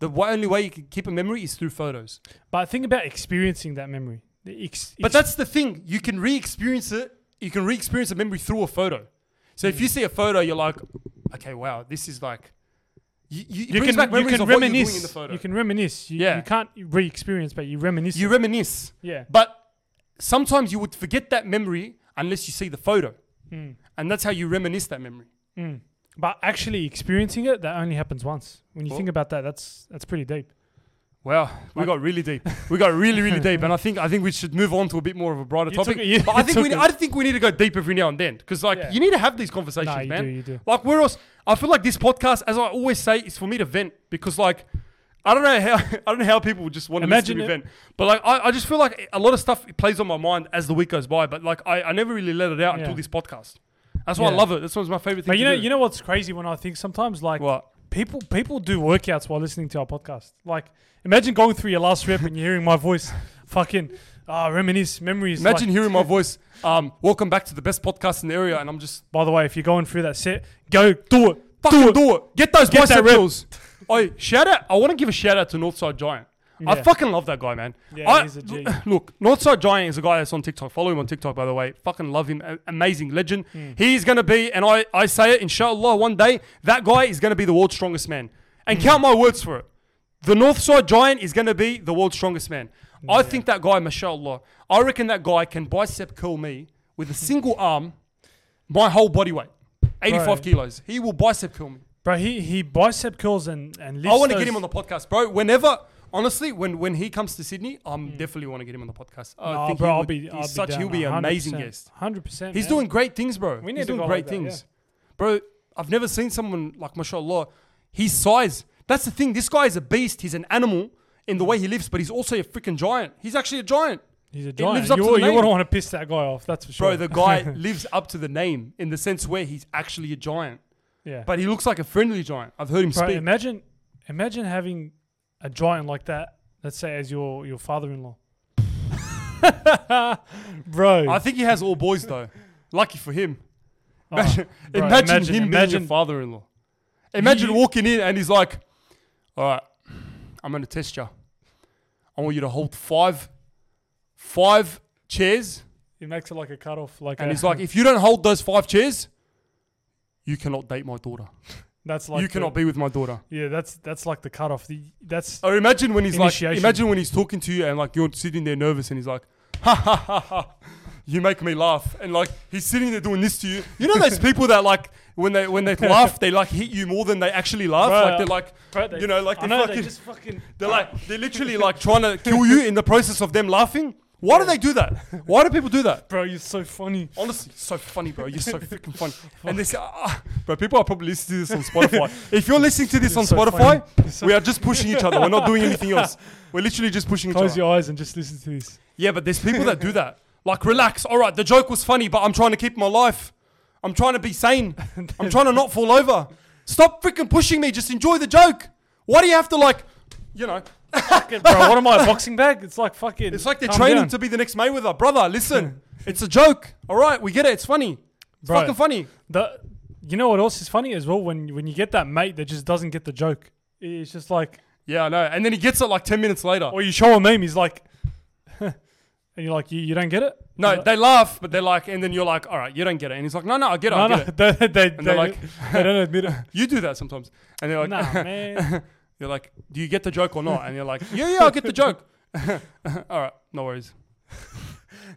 A: The wa- only way you can keep a memory is through photos.
B: But think about experiencing that memory. The ex-
A: But that's the thing. You can re-experience it. You can re-experience a memory through a photo. So
B: Hmm.
A: if you see a photo, you're like, okay, wow, this is like. You, you, it
B: you
A: brings
B: can,
A: back
B: you
A: memories
B: can
A: of what you're doing
B: reminisce.
A: in the photo.
B: You can reminisce. You,
A: Yeah.
B: you can't re-experience, but you reminisce.
A: you reminisce.
B: yeah.
A: But sometimes you would forget that memory unless you see the photo. And that's how you reminisce that memory.
B: But actually experiencing it, that only happens once. When you
A: Well-
B: think about that, that's that's pretty deep.
A: Wow, we got really deep. We got really, really deep, and I think I think we should move on to a bit more of a broader
B: You took
A: topic.
B: it- you-
A: but I
B: you
A: think we
B: took
A: I think we need to go deep every now and then because like
B: Yeah.
A: you need to have these conversations,
B: Nah, you
A: man.
B: do, you do.
A: Like where else? I feel like this podcast, as I always say, is for me to vent because like I don't know how I don't know how people would just want to
B: Imagine
A: listen to me
B: it-
A: vent, but like I, I just feel like a lot of stuff plays on my mind as the week goes by, but like I, I never really let it out until
B: Yeah.
A: this podcast. That's why I
B: Yeah.
A: love it. That's what's my favorite thing.
B: But you
A: to
B: know,
A: do.
B: you know what's crazy when I think sometimes like
A: What?
B: people people do workouts while listening to our podcast. Like imagine going through your last rep and you're hearing my voice, fucking ah reminisce memories. like-
A: Imagine hearing my voice. Um, welcome back to the best podcast in the area, and I'm just
B: By the way, if you're going through that set, go do it.
A: Fucking do it. Get those
B: Get that
A: bicep
B: rep.
A: drills. Oi, shout out. I want to give a shout out to Northside Giant. I
B: Yeah.
A: fucking love that guy, man.
B: Yeah,
A: I-
B: he's a G.
A: Look, Northside Giant is a guy that's on TikTok. Follow him on TikTok, by the way. Fucking love him. A- amazing legend.
B: Hmm.
A: He's going to be, and I, I say it, inshallah, one day, that guy is going to be the world's strongest man. And
B: Hmm.
A: count my words for it. The Northside Giant is going to be the world's strongest man. I think that guy, mashallah, I reckon that guy can bicep curl me with a single arm, my whole body weight. 85
B: Bro.
A: kilos. He will bicep curl me.
B: Bro, he, he bicep curls and, and lifts
A: I want to
B: those-
A: get him on the podcast, bro. Whenever, honestly, when when he comes to Sydney, I'm definitely want to get him on the podcast. I
B: Mm. Nah,
A: think
B: Oh, bro,
A: he
B: I'll
A: would-
B: be,
A: he's
B: I'll be
A: such
B: down
A: he'll be an
B: 100%,
A: amazing guest.
B: 100%.
A: He's
B: man.
A: doing great things, bro.
B: need
A: he's
B: to
A: doing
B: go
A: great
B: like that,
A: things, bro. I've never seen someone like mashallah. His size. That's the thing. This guy is a beast. He's an animal in the way he lives, but he's also a freaking giant. He's actually a giant.
B: He's a
A: It
B: giant.
A: lives up
B: you
A: to the
B: you
A: name.
B: wouldn't want to piss that guy off, that's for sure.
A: Bro, the guy lives up to the name in the sense where he's actually a giant,
B: yeah.
A: but he looks like a friendly giant. I've heard him
B: Bro,
A: speak.
B: imagine Imagine having a giant like that, let's say, as your, your father in law. bro.
A: I think he has all boys though. Lucky for him.
B: Oh,
A: Imagine,
B: bro,
A: imagine him being
B: imagine-
A: your father-in-law. Imagine
B: You-
A: walking in and he's like, "All right, I'm gonna test you. I want you to hold five, five chairs."
B: He makes it like a cutoff. Like
A: And
B: a,
A: he's like, "If you don't hold those five chairs, you cannot date my daughter.
B: that's like
A: you
B: the-
A: cannot be Oh, with my daughter."
B: Yeah, that's that's like the cutoff. The, that's
A: Or imagine when he's like,
B: Initiation.
A: imagine when he's talking to you and like you're sitting there nervous and he's like, ha ha ha ha, you make me laugh. And like he's sitting there doing this to you. You know those people that like when they when they laugh, they like hit you more than they actually laugh.
B: Bro,
A: like they're like,
B: Bro, they-
A: you know, like
B: I
A: they're
B: know,
A: fucking,
B: they
A: they
B: just fucking.
A: are like they're literally like trying to kill you in the process of them laughing. Why do they do that? Why do people do that?
B: Bro, you're so funny.
A: Honestly, so funny, bro. You're so freaking funny. And they say, ah, bro, people are probably listening to this on Spotify. If you're listening to this on
B: so funny.
A: Spotify, we are just pushing each other. We're not doing anything else. We're literally just pushing each
B: Close
A: other.
B: your eyes and just listen to this.
A: Yeah, but there's people that do that. Like, relax. All right, the joke was funny, but I'm trying to keep my life. I'm trying to be sane. I'm trying to not fall over. Stop freaking pushing me. Just enjoy the joke. Why do you have to, like, you know?
B: Bro, what am I, a boxing bag? It's like fucking.
A: It's like they're
B: calm
A: training
B: down.
A: to be the next Mayweather. Brother, listen. it's a joke. All right, we get it. It's funny. It's
B: Bro.
A: fucking funny.
B: The, you know what else is funny as well? When when you get that mate that just doesn't get the joke, it's just like,
A: Yeah, I know. And then he gets it like 10 minutes later.
B: or you show a meme, he's like, and you're like, you, you don't get it?
A: No, they laugh, but they're like, and then you're like, all right, you don't get it. And he's like, no, no, I get it.
B: no,
A: I
B: no,
A: get it.
B: they, they, they,
A: they're
B: like,
A: like-
B: they don't admit it.
A: You do that sometimes. And they're like,
B: nah, man.
A: you're like, do you get the joke or not? And you're like, yeah, yeah, I get the joke. all right, no worries.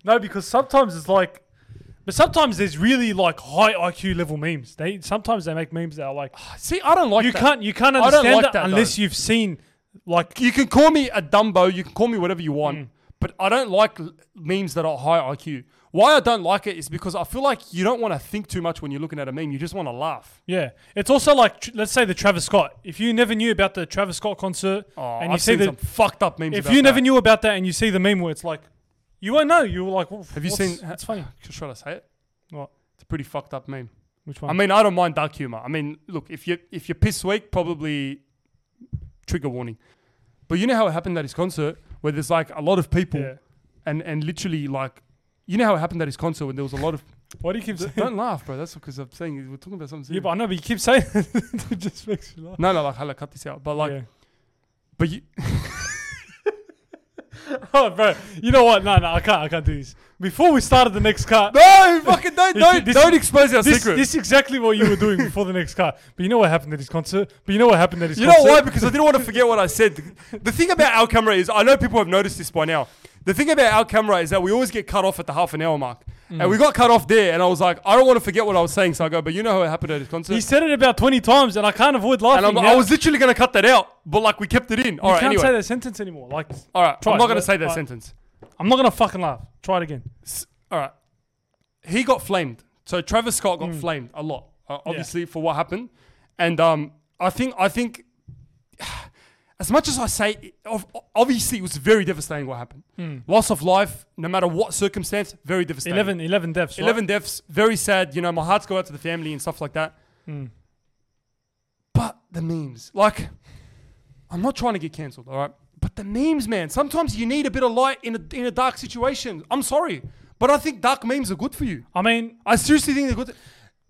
B: No, because sometimes it's like, but sometimes there's really like high IQ level memes. They sometimes they make memes that are like,
A: See, I don't like
B: you
A: that.
B: can't you can't
A: I don't
B: understand
A: like
B: that,
A: that,
B: unless
A: though.
B: you've seen like
A: You can call me a Dumbo. You can call me whatever you want.
B: Mm.
A: But I don't like l- memes that are high IQ. Why I don't like it is because I feel like you don't want to think too much when you're looking at a meme. You just want to laugh.
B: Yeah, it's also like tr- let's say the Travis Scott. If you never knew about the Travis Scott concert,
A: Oh,
B: and you
A: I've
B: see
A: seen
B: the
A: some fucked up memes.
B: if
A: about
B: you never
A: that.
B: knew about that and you see the meme where it's like, you won't know. You were like, well,
A: have you seen?
B: That's funny.
A: Should I say it?
B: What?
A: It's a pretty fucked up meme.
B: Which
A: I
B: one?
A: mean, I don't mind dark humor. I mean, look, if you if you're piss weak, probably trigger warning. But you know how it happened at his concert, where there's like a lot of people,
B: yeah.
A: and and literally like, you know how it happened at his concert when there was a lot of.
B: Why do you keep saying?
A: don't laugh, bro. That's because I'm saying we're talking about something.
B: yeah,
A: Serious.
B: but I know, but you keep saying it. it just makes you laugh.
A: no, no, like, hello, cut this out. But like,
B: Yeah.
A: but you,
B: Oh, bro, you know what? No, no, I can't. I can't do this. Before we started the next cut,
A: no, fucking don't, don't,
B: this-
A: don't expose our
B: this,
A: secret.
B: this is exactly what you were doing before the next cut. But you know what happened at his concert. But you know what happened at his
A: You know
B: concert.
A: why? Because I didn't want to forget what I said. The thing about our camera is, I know people have noticed this by now. The thing about our camera is that we always get cut off at the half an hour mark. And we got cut off there, and I was like, I don't want to forget what I was saying. So I go, but you know how it happened at his concert?
B: he said it about twenty times, and I can't avoid laughing.
A: and I'm,
B: now.
A: I was literally going to cut that out, but like we kept it in. All
B: You
A: right,
B: can't say
A: anyway.
B: that sentence anymore. Like,
A: All right,
B: Try
A: I'm
B: it.
A: not going to say
B: All
A: that
B: right.
A: sentence.
B: I'm not gonna fucking laugh. Try it again.
A: All right. He got flamed. So Travis Scott got flamed a lot, uh, obviously for what happened. And um, I think I think as much as I say, it- of- obviously it was very devastating what happened. Loss of life, no matter what circumstance, very devastating.
B: 11, 11 deaths. right?
A: 11 deaths, very sad. You know, my hearts go out to the family and stuff like that. But the memes, like, I'm not trying to get cancelled, all right? But the memes, man, sometimes you need a bit of light in a, in a dark situation. I'm sorry, but I think dark memes are good for you.
B: I mean,
A: I seriously think they're good.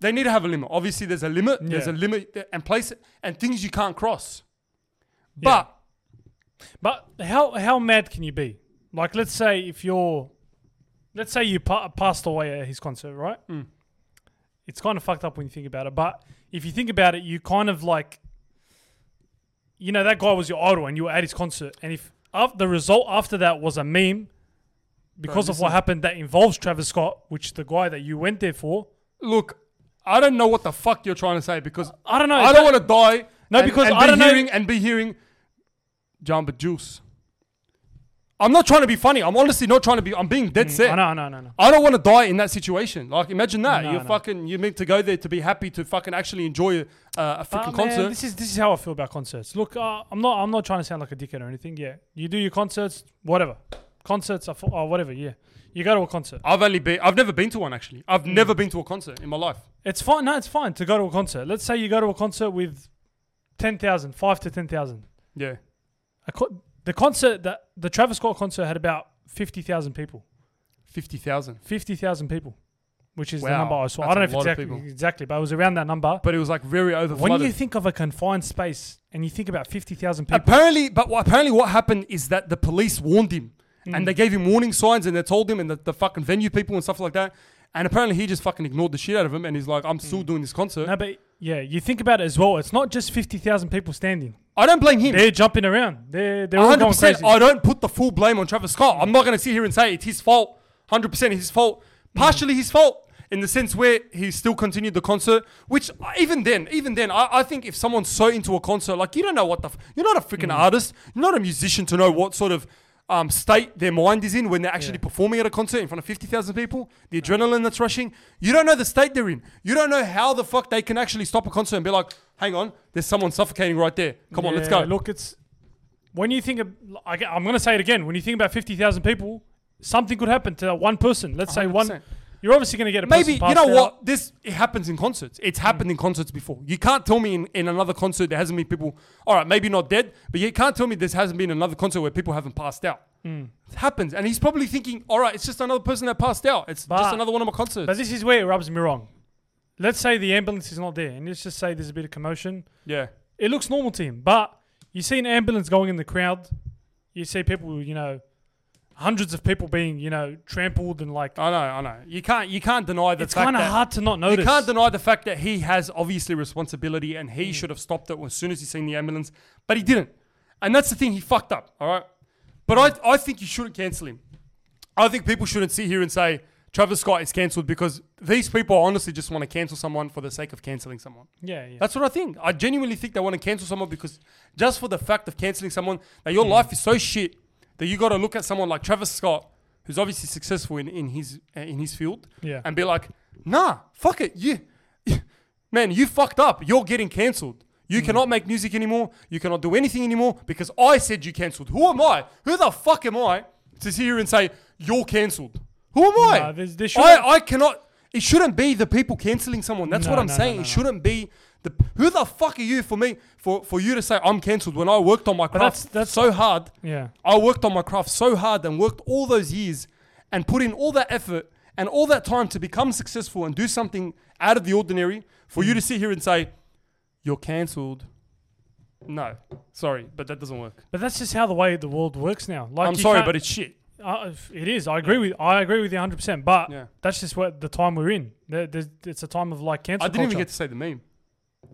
A: They need to have a limit. Obviously, there's a limit. There's a
B: Yeah.
A: limit th- and place and things you can't cross. But
B: but how how mad can you be? Like, let's say if you're, let's say you pa- passed away at his concert, right?
A: Hmm.
B: It's kind of fucked up when you think about it. But if you think about it, you kind of like, you know, that guy was your idol, and you were at his concert, and if af- the result after that was a meme because of what
A: listen.
B: happened that involves Travis Scott, which the guy that you went there for,
A: look, I don't know what the fuck you're trying to say because
B: I don't know.
A: I
B: is
A: don't
B: that-
A: want to die.
B: No,
A: and-
B: because
A: and
B: I
A: be
B: don't know-
A: hearing, and be hearing Jamba Juice. I'm not trying to be funny. I'm honestly not trying to be. I'm being dead set.
B: Mm, I know, I know, I know, I know.
A: I don't want to die in that situation. Like, imagine that.
B: No,
A: you're
B: no.
A: fucking. You're meant to go there to be happy to fucking actually enjoy uh, a
B: Ah,
A: freaking
B: man,
A: concert.
B: this is this is how I feel about concerts. Look, uh, I'm not I'm not trying to sound like a dickhead or anything. Yeah, you do your concerts, whatever. Concerts are for, oh, whatever. Yeah, you go to a concert.
A: I've only been. I've never been to one actually. I've
B: Mm.
A: never been to a concert in my life.
B: It's fine. No, it's fine to go to a concert. Let's say you go to a concert with 10,000, five to 10,000.
A: Yeah.
B: A co- the concert, that the Travis Scott concert had about 50,000 people.
A: 50,000.
B: 50,000 people, which is the
A: Wow,
B: number I saw. I
A: that's
B: don't know
A: a
B: if
A: lot of
B: exactly,
A: people.
B: exactly, but it was around that number.
A: But it was like very overflooded.
B: when you think of a confined space and you think about 50,000 people,
A: apparently, but what, apparently what happened is that the police warned him and they gave him warning signs and they told him and the, the fucking venue people and stuff like that. And apparently he just fucking ignored the shit out of him and he's like, I'm still doing this concert.
B: no, but yeah, you think about it as well. It's not just 50,000 people standing.
A: I don't blame him.
B: They're jumping around. They're, they're all going
A: 100%.
B: crazy.
A: I don't put the full blame on Travis Scott. I'm not going to sit here and say it's his fault. 100% his fault. Partially his fault in the sense where he still continued the concert, which uh, even then, even then, I, I think if someone's so into a concert, like you don't know what the, f- you're not a freaking
B: Mm.
A: artist, you're not a musician to know what sort of um, state their mind is in when they're actually performing at a concert in front of 50,000 people, the adrenaline that's rushing. You don't know the state they're in. You don't know how the fuck they can actually stop a concert and be like, hang on, there's someone suffocating right there. Come on, let's
B: Yeah,
A: go.
B: Look, it's when you think of, I, am going to say it again. When you think about 50,000 people, something could happen to that one person. Let's say one.
A: 100%.
B: You're obviously going to get a person
A: Maybe you know
B: passed out.
A: what this it happens in concerts. It's happened in concerts before. You can't tell me in, in another concert there hasn't been people. All right, maybe not dead, but you can't tell me this hasn't been another concert where people haven't passed out.
B: Hmm.
A: It happens, and he's probably thinking, "All right, it's just another person that passed out. It's
B: But-
A: just another one of my concerts."
B: But this is where it rubs me wrong. Let's say the ambulance is not there, and let's just say there's a bit of commotion.
A: yeah,
B: It looks normal to him, but you see an ambulance going in the crowd. You see people, you know, hundreds of people being, you know, trampled and like.
A: I know, I know. You can't you can't deny the
B: it's
A: fact
B: kind of
A: that-
B: hard to not
A: You
B: notice.
A: can't deny the fact that he has obviously responsibility and he should have stopped it as soon as he seen the ambulance, but he didn't. And that's the thing, he fucked up, all right? But I, I think you shouldn't cancel him. I think people shouldn't sit here and say Travis Scott is cancelled because these people honestly just want to cancel someone for the sake of cancelling someone.
B: yeah, yeah.
A: That's what I think. I genuinely think they want to cancel someone because just for the fact of canceling someone, that your life is so shit that you got to look at someone like Travis Scott, who's obviously successful in, in his uh, in his field,
B: Yeah.
A: and be like, nah, fuck it, you, man, you fucked up. You're getting cancelled.
B: Mm.
A: You cannot make music anymore. You cannot do anything anymore because I said you cancelled. Who am I? Who the fuck am I to sit here and say you're cancelled? Who am I?
B: Nah, there's- there shouldn't-
A: I, I cannot. It shouldn't be the people cancelling someone. That's
B: No,
A: what I'm
B: no, no,
A: saying. It
B: no, no.
A: Uh-huh. shouldn't be the who the fuck are you for me for, for you to say I'm cancelled when I worked on my craft
B: that's-
A: that's,
B: that's-
A: so hard.
B: yeah.
A: I worked on my craft so hard and worked all those years and put in all that effort and all that time to become successful and do something out of the ordinary for
B: Mm.
A: you to sit here and say you're cancelled. No, sorry, but that doesn't work.
B: But that's just how the way the world works now. Like
A: I'm
B: you
A: sorry,
B: can't-
A: but it's shit.
B: Uh, it is. I agree with. I agree with you 100. percent But
A: Yeah.
B: that's just what the time we're in. There, there's, it's a time of like cancel
A: I didn't even
B: culture.
A: get to say the meme.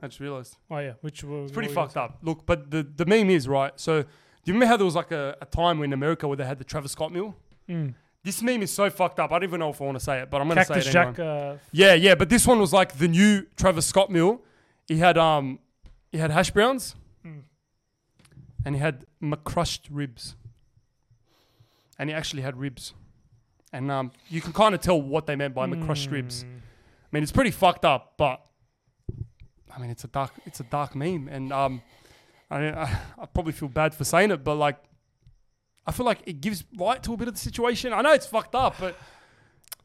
A: I just realized.
B: oh yeah, which was
A: It's pretty fucked up. Look, but the, the meme is right. So, do you remember how there was like a, a time in America where they had the Travis Scott meal? This meme is so fucked up. I don't even know if I want to say it, but I'm going to say
B: Mm. Cactus
A: it anyway.
B: Jack. Uh,
A: Yeah, yeah, but this one was like the new Travis Scott meal. He had um, he had hash browns, and he had McCrushed ribs, and he actually had ribs, and um, you can kind of tell what they meant by McCrushed ribs. I mean, it's pretty fucked up, but I mean, it's a dark, it's a dark meme, and um, I mean, I, I probably feel bad for saying it, but like, I feel like it gives light to a bit of the situation. I know it's fucked up, but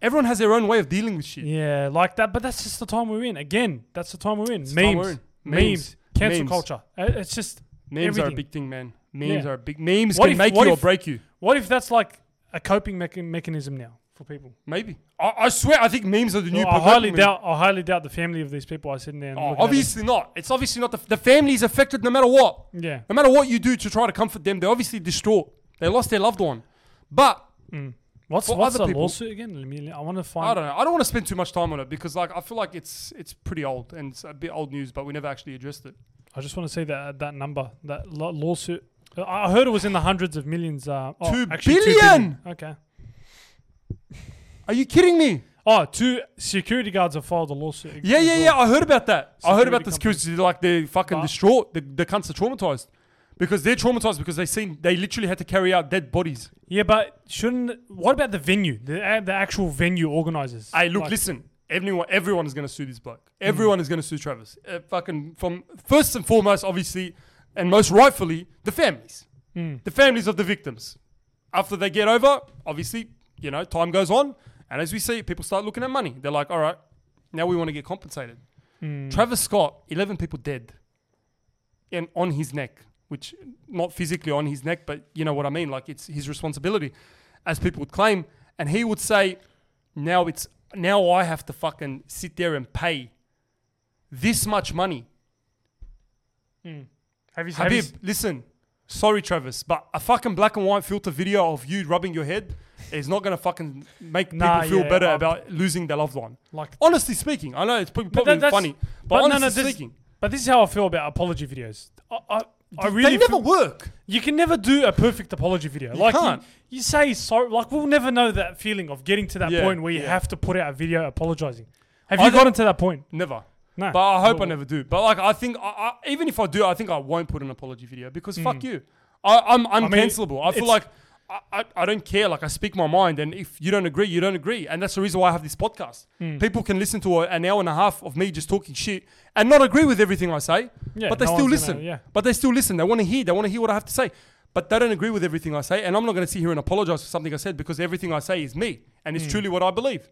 A: everyone has their own way of dealing with shit.
B: yeah, like that. But that's just the time we're in. Again, that's the time we're in. Memes,
A: the time
B: memes,
A: we're in.
B: memes,
A: Memes.
B: cancel
A: Memes.
B: culture. Uh, It's just
A: Memes are a
B: everything.
A: big thing, man. Memes
B: Yeah.
A: are a big. Memes
B: What
A: can
B: if-
A: make
B: what
A: you or
B: if-
A: break you.
B: What if that's like a coping mecha- mechanism now for people?
A: Maybe. I, I swear, I think memes are the new.
B: Well, Oh, I
A: Pokemon
B: highly
A: meme.
B: doubt. I highly doubt the family of these people are sitting there. And
A: Oh,
B: looking at us.
A: obviously not. It's obviously not. The, the family is affected no matter what.
B: Yeah.
A: No matter what you do to try to comfort them, they're obviously distraught. They lost their loved one. But
B: What's
A: for
B: what's
A: other
B: the
A: people-
B: lawsuit again? Let me- I want to find.
A: I don't know. I don't want to spend too much time on it because, like, I feel like it's it's pretty old and it's a bit old news, but we never actually addressed it.
B: I just want to say that that number, that la- lawsuit. I- I heard it was in the hundreds of millions. Uh, oh,
A: Two
B: actually two
A: billion!
B: Okay.
A: Are you kidding me?
B: Oh, two security guards have filed a lawsuit. ag-
A: Yeah,
B: as
A: yeah,
B: well.
A: yeah. I heard about that. I heard about the
B: Security
A: security. Like they're fucking
B: But-
A: distraught. The, the cunts are traumatized because they're traumatized because they seen they literally had to carry out dead bodies.
B: Yeah, but shouldn't. What about the venue? The, uh, the actual venue organizers.
A: Hey, look,
B: Like,
A: listen. Everyone, everyone is going to sue this bloke. Everyone is going to sue Travis. Uh, fucking from first and foremost, obviously, and most rightfully, the families, the families of the victims. After they get over, obviously, you know, time goes on, and as we see, people start looking at money. They're like, all right, now we want to get compensated. Travis Scott, eleven people dead. and on his neck, which not physically on his neck, but you know what I mean. Like it's his responsibility, as people would claim. And he would say, now it's now I have to fucking sit there and pay this much money.
B: Have you, have you
A: Habib, listen, sorry Travis, but a fucking black and white filter video of you rubbing your head is not gonna fucking make
B: Nah,
A: people feel
B: yeah,
A: better
B: I've-
A: about losing their loved one.
B: like
A: Honestly speaking, I know it's probably,
B: But
A: probably
B: that- that's-
A: funny, but, honestly
B: this,
A: speaking,
B: But this is how I feel about apology videos. I, I, I really
A: they never
B: feel-
A: work.
B: you can never do a perfect apology video. like
A: can't.
B: You, you say sorry, like we'll never know that feeling of getting to that
A: Yeah,
B: point where you
A: yeah.
B: have to put out a video apologizing. Have
A: I
B: you
A: don't-
B: gotten to that point?
A: Never.
B: No.
A: But I hope I
B: Well-
A: never do. But like, I think I, I, even if I do, I think I won't put an apology video because fuck you. I, I'm I'm
B: Hmm. mean,
A: cancelable. I feel
B: it's-
A: like I, I, I don't care. Like I speak my mind, and if you don't agree, you don't agree, and that's the reason why I have this podcast.
B: Hmm.
A: People can listen to a, an hour and a half of me just talking shit and not agree with everything I say,
B: Yeah,
A: but they
B: no
A: still
B: one's
A: listen.
B: gonna- yeah.
A: But they still listen. They want to hear. They want to hear what I have to say. But they don't agree with everything I say, and I'm not going to sit here and apologize for something I said because everything I say is me, and
B: Hmm.
A: it's truly what I believe.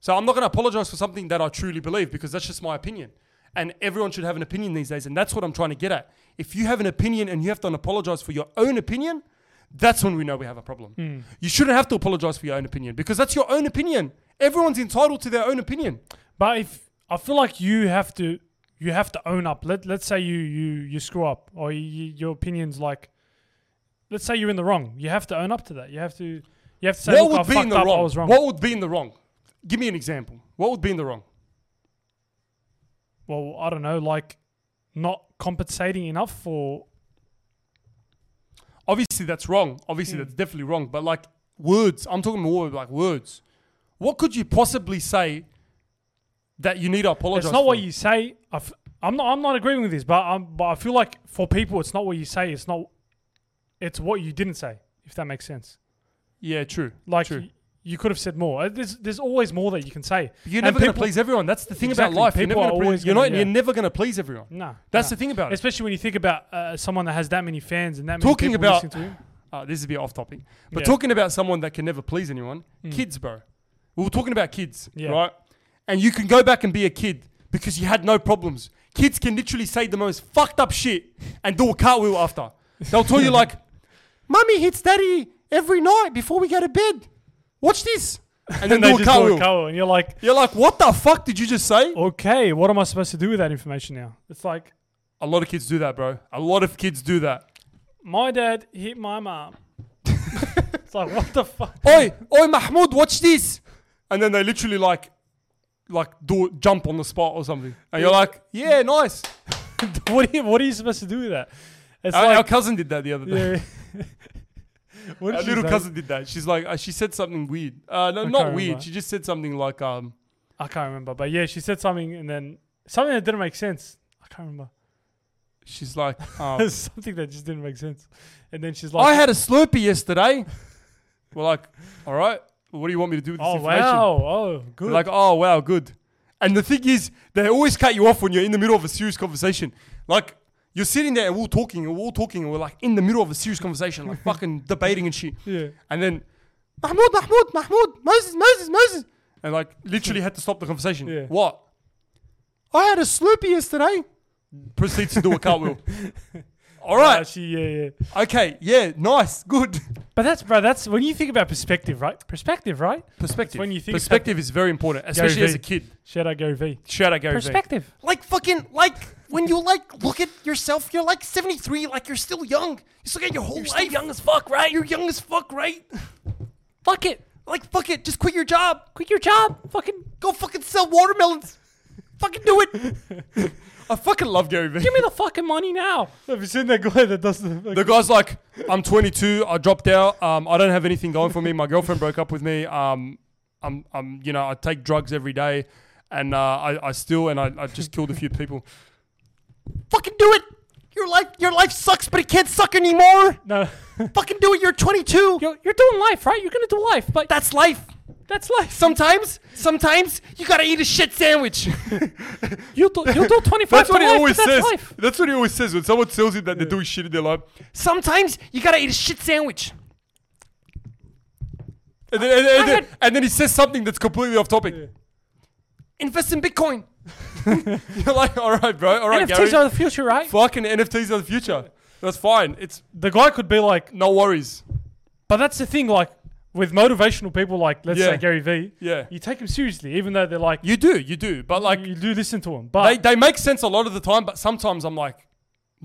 A: So I'm not going to apologize for something that I truly believe because that's just my opinion. And everyone should have an opinion these days. And that's what I'm trying to get at. If you have an opinion and you have to apologize for your own opinion, that's when we know we have a problem.
B: Hmm.
A: You shouldn't have to apologize for your own opinion because that's your own opinion. Everyone's entitled to their own opinion.
B: But if I feel like you have to, you have to own up. Let let's say you you you screw up or you, your opinions like, let's say you're in the wrong. You have to own up to that. You have to you have to say
A: what
B: Look, I
A: would be in
B: fucked
A: the
B: up. I
A: wrong?
B: was wrong.
A: What would be in the wrong? Give me an example. What would be in the wrong?
B: Well, I don't know, like not compensating enough for.
A: Obviously, that's wrong.
B: Hmm.
A: Obviously, that's definitely wrong. But like words, I'm talking more like words. What could you possibly say that you need to apologize?
B: It's not what
A: for?
B: you say. I f- I'm not. I'm not agreeing with this, but I'm. But I feel like for people, it's not what you say. It's not. It's what you didn't say. If that makes sense.
A: Yeah, true.
B: Like
A: true.
B: y- you could have said more. Uh, There's there's always more that you can say.
A: You're
B: And
A: never going to
B: people-
A: please everyone. That's the thing
B: Exactly.
A: about life. You're
B: People
A: never
B: are
A: gonna please-
B: always
A: you're
B: gonna-
A: not. You're
B: yeah.
A: never going to please everyone.
B: No,
A: That's
B: no.
A: the thing about it.
B: Especially when you think about uh, someone that has that many fans and that many
A: Talking
B: people
A: about-
B: listening to him.
A: Uh, this is a bit off topic, but
B: Yeah.
A: talking about someone that can never please anyone, kids, bro. We were talking about kids,
B: Yeah.
A: right? And you can go back and be a kid because you had no problems. Kids can literally say the most fucked up shit and do a cartwheel after. They'll tell you like, "Mummy hits daddy every night before we go to bed. Watch this," and then
B: they
A: do a
B: just do a
A: cartwheel.
B: cowl, and you're like,
A: You're like, "What the fuck did you just say?"
B: okay, what am I supposed to do with that information now? It's like
A: A lot of kids do that, bro. A lot of kids do that.
B: my dad hit my mom. it's like what the fuck?
A: oi, oi, Mahmoud, watch this. And then they literally like, like do jump on the spot or something. And you're like, yeah, nice.
B: what are you, what are you supposed to do with that? It's
A: Our, our
B: like
A: cousin did that the other day.
B: yeah. what
A: Our
B: did she
A: little
B: say?
A: cousin did that. She's like, uh, she said something weird. Uh, no,
B: can't
A: not weird.
B: remember.
A: She just said something like, um,
B: I can't remember, but yeah, she said something and then something that didn't make sense. I can't remember.
A: she's like, um,
B: There's something that just didn't make sense, and then she's like,
A: I had a Slurpee yesterday. We're like, all right, what do you want me to do with this
B: "Oh
A: information?
B: wow, oh good."
A: They're Like, oh wow, good. And the thing is, they always cut you off when you're in the middle of a serious conversation. Like you're sitting there and we're all talking and we're all talking and we're like in the middle of a serious conversation, like fucking debating and shit.
B: Yeah.
A: And then Mahmoud, Mahmoud, Mahmoud, Moses, Moses, Moses. And like literally had to stop the conversation.
B: Yeah.
A: What? I had a sloopy yesterday. Proceeds to do a cartwheel. all
B: Uh,
A: right.
B: she, yeah, yeah.
A: Okay. Yeah. Nice. Good.
B: But that's bro. That's when you think about perspective, right? Perspective, right?
A: Perspective.
B: when you think it's
A: Perspective is very important, especially
B: Vee.
A: as a kid.
B: Shout out Gary V.
A: Shout out Gary Vee.
B: Perspective.
E: like fucking like when you like look at yourself, you're like 73, like you're still young. You still got your whole life. young as fuck, right? You're young as fuck, right? fuck it. Like fuck it. Just quit your job. Quit your job. Fucking go fucking sell watermelons. fucking do it. Give
A: I fucking love Gary Vee.
E: me the fucking money now.
B: Have you seen that guy that does the?
A: The guy's like, I'm 22. I dropped out. Um, I don't have anything going for me. My girlfriend broke up with me. Um, I'm, I'm, you know, I take drugs every day, and uh, I, I steal, and I, I just killed a few people.
E: Fucking do it. Your life your life sucks, but it can't suck anymore.
B: no,
E: Fucking do it. You're 22.
B: you're, you're doing life, right? You're gonna do life, but
E: That's life.
B: that's life.
E: Sometimes, sometimes you gotta eat a shit sandwich.
B: you'll do you'll do
A: That's
B: 25 to
A: what he
B: life, but
A: always
B: that's
A: says.
B: Life.
A: That's what he always says when someone tells him that they're doing shit in their life,
E: Sometimes you gotta eat a shit sandwich.
A: and then, and, then-
E: I had-
A: and then he says something that's completely off topic.
E: Invest in Bitcoin.
A: You're like, all right, bro. All right,
B: NFTs
A: Gary.
B: are the future, right?
A: Fucking NFTs are the future. That's fine. It's
B: the guy could be like,
A: no worries.
B: but that's the thing, like with motivational people, like let's
A: Yeah.
B: say Gary Vee,
A: Yeah.
B: you take him seriously, even though they're like, you,
A: You do, you do. But like,
B: do listen to him,
A: they,
B: but
A: they make sense a lot of the time, but sometimes I'm like,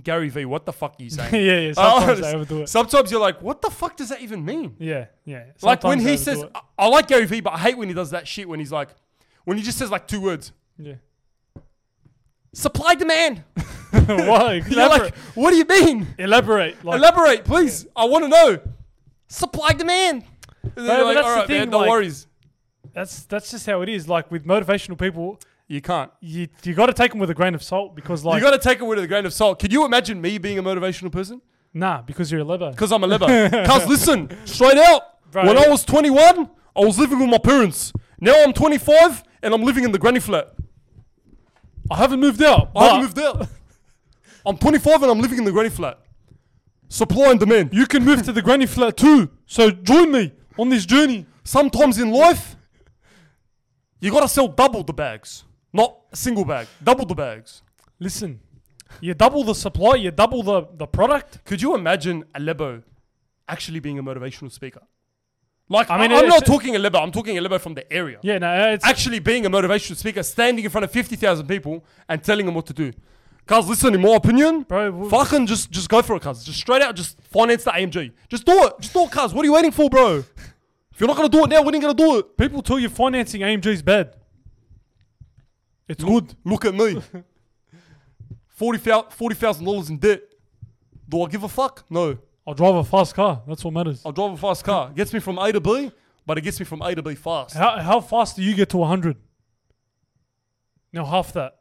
A: Gary V, what the fuck are you saying?
B: Yeah, yeah,
A: I'll
B: sometimes
A: honest-
B: I overdo it.
A: Sometimes you're like, what the fuck does that even mean?
B: yeah, yeah.
A: like when
B: sometimes
A: he
B: they
A: says, "Ah."
B: overdo it.
A: I, I like Gary V, but I hate when he does that shit when he's like, when he just says like two words, supply demand.
B: yeah, why?
A: You're
B: Elaborate,
A: like, what do you mean?
B: elaborate, like,
A: Elaborate, please. I want to know. Supply demand. And then
B: But-
A: you're
B: but
A: like,
B: that's
A: all
B: the
A: right, man,
B: thing,
A: no
B: like-
A: worries.
B: that's that's just how it is. Like with motivational people,
A: You can't.
B: you you got to take them with a grain of salt because like
A: you got to take it with a grain of salt. Can you imagine me being a motivational person?
B: nah, because you're a lever.
A: Because I'm a lever. Cuz listen, straight out.
B: Bro.
A: When I was 21, I was living with my parents. Now I'm 25 and I'm living in the granny flat.
B: I haven't moved out.
A: I haven't
B: but
A: moved out. I'm 25 and I'm living in the granny flat. Supply and demand.
B: You can move to the granny flat too. So join me on this journey.
A: Sometimes in life, you gotta sell double the bags, not a single bag. Double the bags.
B: Listen, you double the supply, you double the, the product.
A: Could you imagine a Lebo actually being a motivational speaker? Like, I
B: I mean,
A: mean, I'm
B: it's-
A: not talking a Lebo. I'm talking a Lebo from the area.
B: Yeah, no, it's
A: actually being a motivational speaker, standing in front of 50,000 people and telling them what to do. Cuz, listen, in my opinion,
B: Bro, w-
A: fucking just, just go for it, cuz. Just straight out, just finance the AMG. Just do it. Just do it, cuz. What are you waiting for, bro? If you're not going to do it now, when are you going to do it?
B: people tell you financing AMG's bad. It's good.
A: Look at me. $40,000 $40,000 in debt. Do I give a fuck? No.
B: I'll drive a fast car. That's what matters.
A: I'll drive a fast car. Gets me from A to B, but it gets me from A to B fast.
B: How, how fast do you get to 100? Now half that.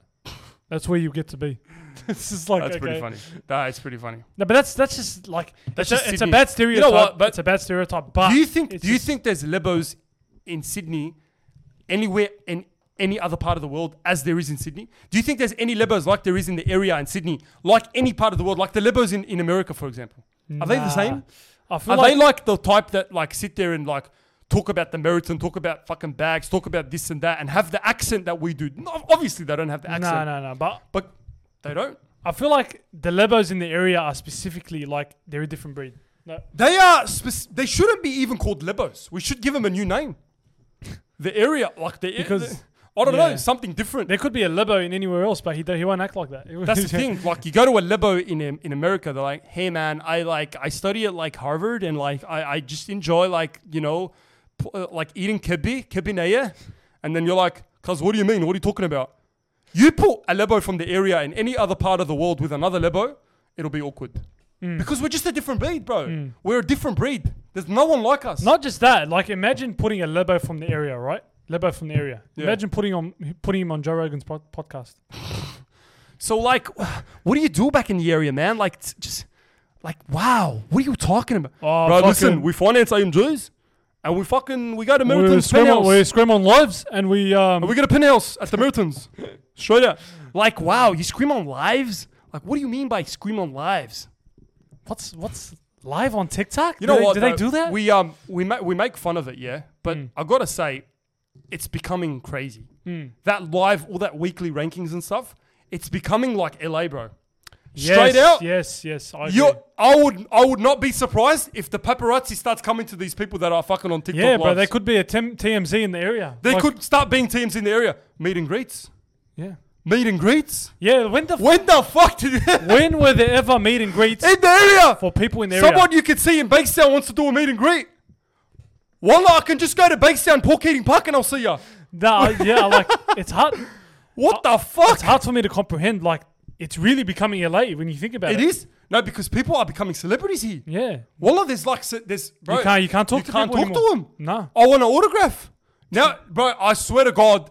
B: That's where you get to be. this is like
A: That's pretty
B: okay.
A: funny. That's pretty funny.
B: No, but that's that's just like
A: That's
B: it's,
A: just
B: a, it's a
A: Sydney.
B: bad
A: You know
B: stereotype.
A: what, but-
B: it's a bad stereotype. But
A: Do you think?
B: it's
A: Do you
B: just-
A: think there's Lebos in Sydney, anywhere in any other part of the world as there is in Sydney? Do you think there's any Lebos like there is in the area in Sydney, like any part of the world, like the Lebos in, in America, for example? Are they the
B: Nah.
A: same?
B: I feel
A: Are
B: like,
A: they like the type that like sit there and like talk about the merits and talk about fucking bags, talk about this and that, and have the accent that we do? No, obviously, they don't have the accent,
B: no, no, no. But
A: but they don't.
B: I feel like the Lebos in the area are specifically like they're a different breed. No,
A: They are. Spec- they shouldn't be even called Lebos. We should give them a new name. The area, like the
B: Because-
A: I don't know,
B: yeah.
A: something different.
B: there could be a Lebo in anywhere else, but he do- he won't act like that.
A: That's the thing. Like you go to a Lebo in Am- in America, they're like, "Hey man, I like I study at like Harvard and like I, I just enjoy like you know, p- uh, like eating kibbeh kibbeh and then you're like, "Cuz what do you mean? What are you talking about?" You put a Lebo from the area in any other part of the world with another Lebo, it'll be awkward because we're just a different breed, bro. We're a different breed. There's no one like us.
B: Not just that. Like imagine putting a Lebo from the area, right? Lebo from the area. Imagine putting on putting him on Joe Rogan's pod- podcast.
A: So like, what do you do back in the area, man? Like, it's just like, wow, what are you talking about?
B: Oh,
A: Bro,
B: fucking-
A: listen, we finance AMGs, and we fucking we go to
B: We
A: Meriton's
B: scream, on,
A: penthouse.
B: we scream on lives and we um.
A: We get a penthouse at the Meriton's. Straight up. Like, wow, you scream on lives? Like, what do you mean by scream on lives?
B: what's what's live on TikTok?
A: You know
B: do
A: what?
B: They, do they
A: though?
B: do that?
A: We um we ma- we make fun of it, yeah. But I gotta say, it's becoming crazy. That live, all that weekly rankings and stuff, it's becoming like LA, bro.
B: yes,
A: Straight out,
B: Yes, yes. I
A: You,
B: agree.
A: I would, I would not be surprised if the paparazzi starts coming to these people that are fucking on TikTok.
B: Yeah, bro.
A: lives.
B: They could be a Tim, TMZ in the area.
A: they
B: Like,
A: could start being teams in the area. Meet and greets,
B: Yeah.
A: meet and greets.
B: Yeah. When the f-
A: When the fuck did you
B: when were there ever meet and greets
A: in the area?
B: for people in the area?
A: Someone you could see in Bankstown wants to do a meet and greet. Wallah, I can just go to Bankstown Pork Eating Park and I'll see ya.
B: Nah, yeah, like it's hard.
A: What the
B: It's
A: fuck?
B: hard for me to comprehend. Like it's really becoming LA when you think about
A: It
B: it.
A: is no, because people are becoming celebrities here.
B: Yeah.
A: Wallah, there's like se- there's bro.
B: You can't- you can't talk
A: Oh, you
B: to
A: can't
B: people
A: talk
B: anymore.
A: to them.
B: No.
A: I want an autograph. Now, bro, I swear to God,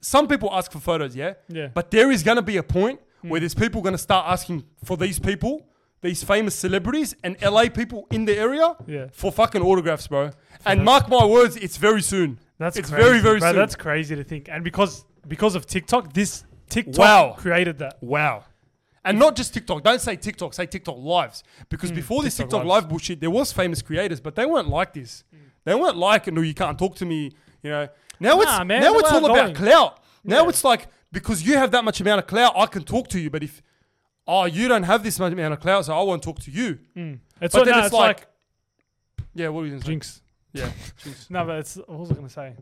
A: some people ask for photos, yeah?
B: Yeah.
A: But there is going to be a point where there's people going to start asking for these people, these famous celebrities and LA people in the area
B: Yeah.
A: for fucking autographs, bro. and mark my words, it's very soon.
B: That's
A: it's
B: crazy,
A: very, very
B: bro,
A: soon.
B: That's crazy to think. And because because of TikTok, this TikTok
A: Wow.
B: created that.
A: Wow. And not just TikTok. Don't say TikTok, say TikTok lives. Because before this
B: Hmm, TikTok
A: TikTok
B: Lives.
A: live bullshit, there was famous creators, but they weren't like this. They weren't like, no, you can't talk to me, you know. Now it's
B: Nah, man,
A: now
B: the
A: it's
B: way
A: all
B: I'm
A: about
B: going.
A: clout. Now it's like because you have that much amount of clout, I can talk to you. But if oh, you don't have this much amount of clout, so I won't talk to you. But
B: It's, so-
A: then
B: no,
A: it's
B: it's like,
A: like- Yeah, what are you gonna say?
B: Jinx.
A: Yeah,
B: No, but it's what was I gonna say?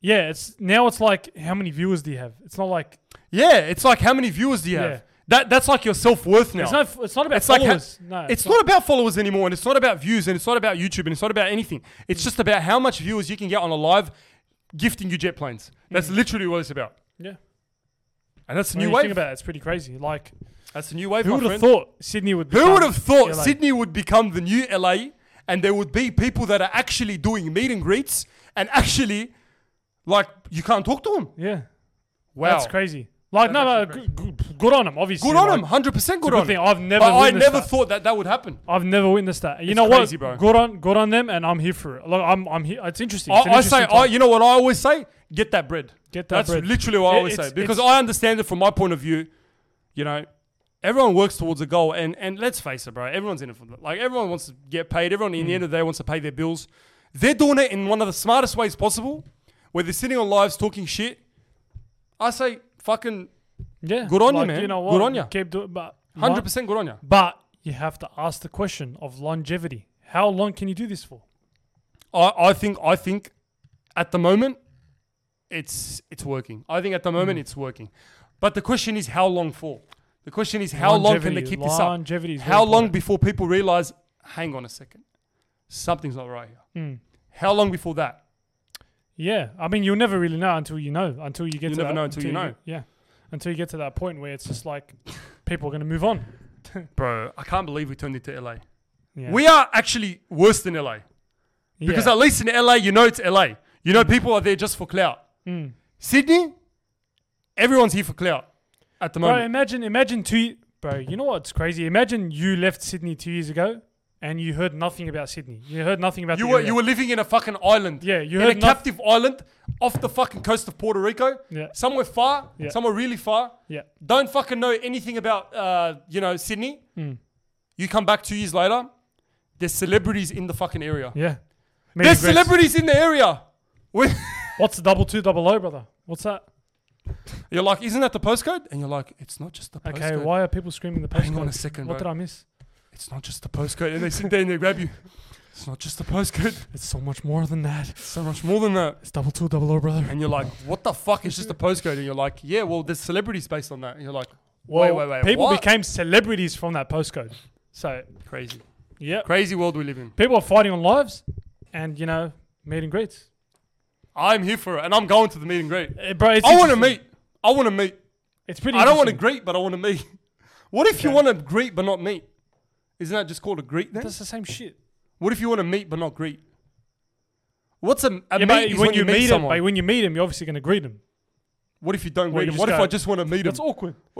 B: Yeah, it's now it's like how many viewers do you have? It's not like
A: yeah. It's like how many viewers do you have?
B: Yeah.
A: That that's like your self worth now.
B: it's not it's not about
A: It's like ha-
B: followers. no,
A: it's, not, about followers anymore, and it's not about views, and it's not about YouTube, and it's not about anything. It's just about how much viewers you can get on a live gifting you jet planes. That's literally what it's about.
B: Yeah.
A: And that's a
B: When
A: new
B: Mm. you think
A: wave.
B: about it, it's pretty crazy. Like
A: That's a new wave.
B: who
A: my
B: would have
A: friend.
B: thought Sydney would?
A: Who
B: become
A: would have thought
B: LA?
A: Sydney would become the new LA and there would be people that are actually doing meet and greets and actually, like, you can't talk to them?
B: Yeah,
A: Wow.
B: that's crazy. Like no, no,
A: actually
B: g- g- good on him. Obviously,
A: Good on them.
B: like,
A: 100% good
B: good
A: on
B: thing.
A: them.
B: I've never
A: But I
B: witnessed
A: never
B: that.
A: thought that that would happen.
B: I've never witnessed that. You know
A: crazy,
B: what?
A: bro.
B: Good on, good on them, and I'm here for it. Look, I'm, I'm here. It's interesting.
A: I,
B: It's an
A: I
B: interesting
A: say,
B: time.
A: I, you know what I always say? Get that bread.
B: Get that
A: That's
B: bread.
A: literally what I
B: It-
A: always
B: it's-
A: say because
B: it's-
A: I understand it from my point of view. You know, everyone works towards a goal, and and let's face it, bro. Everyone's in it for the- like everyone wants to get paid. Everyone
B: Mm.
A: in the end of the day wants to pay their bills. They're doing it in one of the smartest ways possible, where they're sitting on lives talking shit. I say, fucking
B: yeah,
A: good on you,
B: like,
A: man.
B: You know
A: Good
B: what?
A: on ya.
B: Keep doing, but
A: hundred percent good on you.
B: But you have to ask the question of longevity. How long can you do this for?
A: I, I think I think at the moment it's it's working. I think at the
B: Hmm.
A: moment it's working. But the question is how long for? The question is how long can they
B: Longevity-
A: keep this up?
B: longevity is very
A: how long
B: important.
A: before people realize, hang on a second, something's not right here.
B: Hmm.
A: How long before that?
B: Yeah, I mean, you'll never really know until you know. Until you get
A: You'll
B: to
A: never
B: that,
A: know until you know.
B: Yeah, until you get to that point where it's just like people are going to move on.
A: Bro, I can't believe we turned into LA.
B: Yeah.
A: We are actually worse than LA. Because
B: yeah. Hmm.
A: at least in LA, you know it's LA. You know people are there just for clout. Sydney, everyone's here for clout at the
B: bro,
A: moment.
B: imagine, imagine two. ye- Bro, you know what's crazy? Imagine you left Sydney two years ago and you heard nothing about Sydney. You heard nothing about
A: You
B: the
A: were
B: area.
A: you were living in a fucking island.
B: Yeah, you
A: in a
B: heard noth-
A: captive island off the fucking coast of Puerto Rico.
B: Yeah.
A: somewhere far,
B: Yeah.
A: somewhere really far.
B: yeah,
A: Don't fucking know anything about uh, you know Sydney.
B: Hmm.
A: You come back two years later, there's celebrities in the fucking area.
B: yeah. Meet
A: There's
B: and greets.
A: celebrities in the area. We-
B: What's the double two double O, brother? What's that?
A: you're like, isn't that the postcode? And you're like, it's not just the postcode.
B: Okay, why are people screaming the postcode?
A: Hang on a second, bro.
B: What did I miss?
A: It's not just the postcode. And they sit there and they grab you. It's not just the postcode.
B: It's so much more than that.
A: It's so much more than that.
B: It's double two double O, brother.
A: And you're like, what the fuck? It's just a postcode. And you're like, yeah, well, there's celebrities based on that. And you're like, wait,
B: Well,
A: wait, wait.
B: People
A: what?
B: became celebrities from that postcode. So,
A: crazy.
B: yeah.
A: Crazy world we live in.
B: People are fighting on lives and, you know, meet and greets.
A: I'm here for it, and I'm going to the meet and greet.
B: Eh, bro, it's
A: I want to
B: interesting.
A: meet. I want to meet.
B: It's pretty
A: I don't want to
B: interesting.
A: greet, but I want to meet. What if you
B: Okay.
A: want to greet but not meet? Isn't that just called a greet then?
B: That's the same shit.
A: What if you want to meet but not greet? What's a, a
B: Yeah,
A: meet
B: but
A: is
B: when,
A: when,
B: you meet him,
A: someone.
B: but when you meet him, you're obviously going to greet him.
A: what if you don't
B: Well,
A: greet
B: you
A: him? What
B: just
A: if
B: go-
A: I just want to meet him?
B: That's awkward.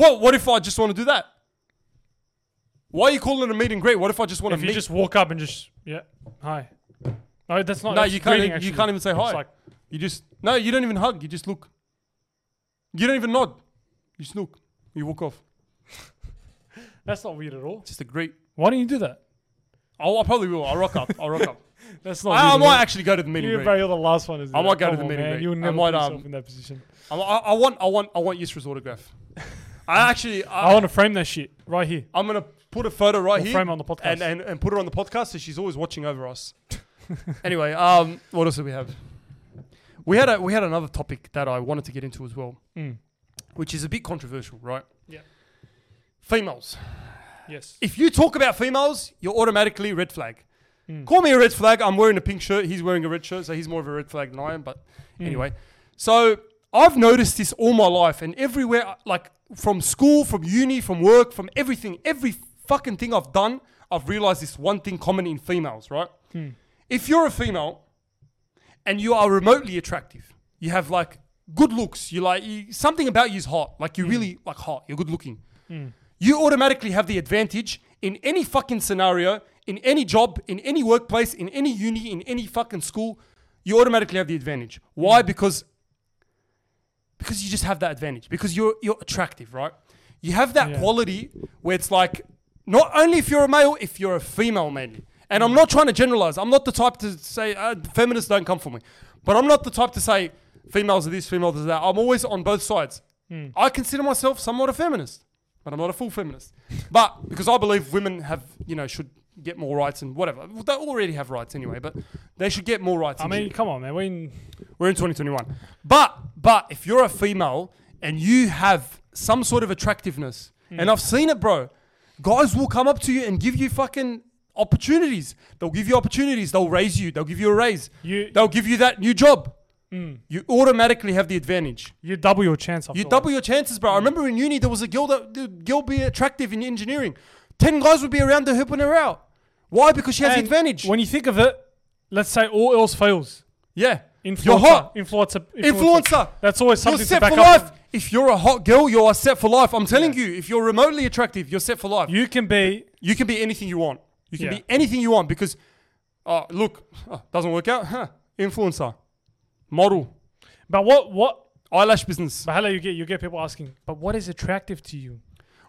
A: what What if I just want to do that? Why are you calling it a meet and greet? What if I just want
B: If
A: to
B: you
A: meet?
B: just walk up and just, yeah, hi. No, that's not.
A: no,
B: that's
A: you can't. even-
B: greeting,
A: you
B: actually.
A: can't even say
B: It's
A: hi.
B: like,
A: you just no. You don't even hug. You just look. You don't even nod. You just look. You walk off.
B: that's not weird at all.
A: Just a greet.
B: Why don't you do that?
A: I'll, I probably will. I'll rock up. I'll rock up.
B: That's not.
A: I, I
B: weird at all.
A: might actually go to the meeting.
B: You,
A: room.
B: bro, you're the last one. Is
A: I might go to
B: Come
A: the
B: on,
A: meeting
B: man.
A: break.
B: You'll
A: I
B: never
A: might,
B: put yourself
A: um,
B: in that position.
A: I, I, I want. I want. I want Yusra's autograph. I actually. I,
B: I want to frame that shit right here.
A: I'm gonna put a photo right
B: We'll
A: here.
B: frame it on the podcast.
A: and, and and put her on the podcast so she's always watching over us. anyway, um, what else do we have? We had a we had another topic that I wanted to get into as well, which is a bit controversial, right?
B: Hmm. Yeah.
A: Females.
B: Yes.
A: If you talk about females, you're automatically red flag. Call me a red flag. I'm wearing a pink shirt. He's wearing a red shirt, so he's more of a red flag than I am. But anyway, so I've noticed this all my life and everywhere, like from school, from uni, from work, from everything, every fucking thing I've done, I've realized this one thing common in females, right? If you're a female and you are remotely attractive, you have like good looks, you like you, something about you is hot, like you really like hot, you're good looking you automatically have the advantage in any fucking scenario, in any job, in any workplace, in any uni, in any fucking school. You automatically have the advantage. Why? Because because you just have that advantage because you're you're attractive, right? You have that
B: Yeah.
A: quality where it's like not only if you're a male, if you're a female mainly. And "Ah, I'm not trying to generalize. I'm not the type to say uh, feminists don't come for me, but I'm not the type to say females are this, females are that. I'm always on both sides.
B: Hmm.
A: I consider myself somewhat a feminist, but I'm not a full feminist. but because I believe women have, you know, should get more rights and whatever. Well, They already have rights anyway, but they should get more rights.
B: I
A: and
B: mean,
A: shit.
B: come on, man. When
A: We're in 2021. But but if you're a female and you have some sort of attractiveness,
B: Hmm.
A: and I've seen it, bro, guys will come up to you and give you fucking opportunities. They'll give you opportunities. They'll raise you. They'll give you a raise.
B: You- Hmm.
A: They'll give you that new job. You automatically have the advantage.
B: you double your chance, I
A: You
B: feel
A: double your chances, bro. I
B: Hmm.
A: remember in uni there was a girl that the girl be attractive in engineering. Ten guys would be around her helping her out. Why? Because she has the
B: like. And
A: advantage.
B: When you think of it, let's say all else fails.
A: yeah,
B: Influencer,
A: you're hot.
B: Influencer,
A: Influencer.
B: That's always something
A: you're set
B: to back
A: for
B: up.
A: life. If you're a hot girl, you are set for life. I'm telling you, if you're remotely attractive, you're set for life. You,
B: You can be.
A: can be anything you want. You can
B: Yeah.
A: be anything you want because, uh, look, uh, doesn't work out. Huh. Influencer, model,
B: But what? What?
A: eyelash business.
B: But hello, you get you get people asking. But what is attractive to you?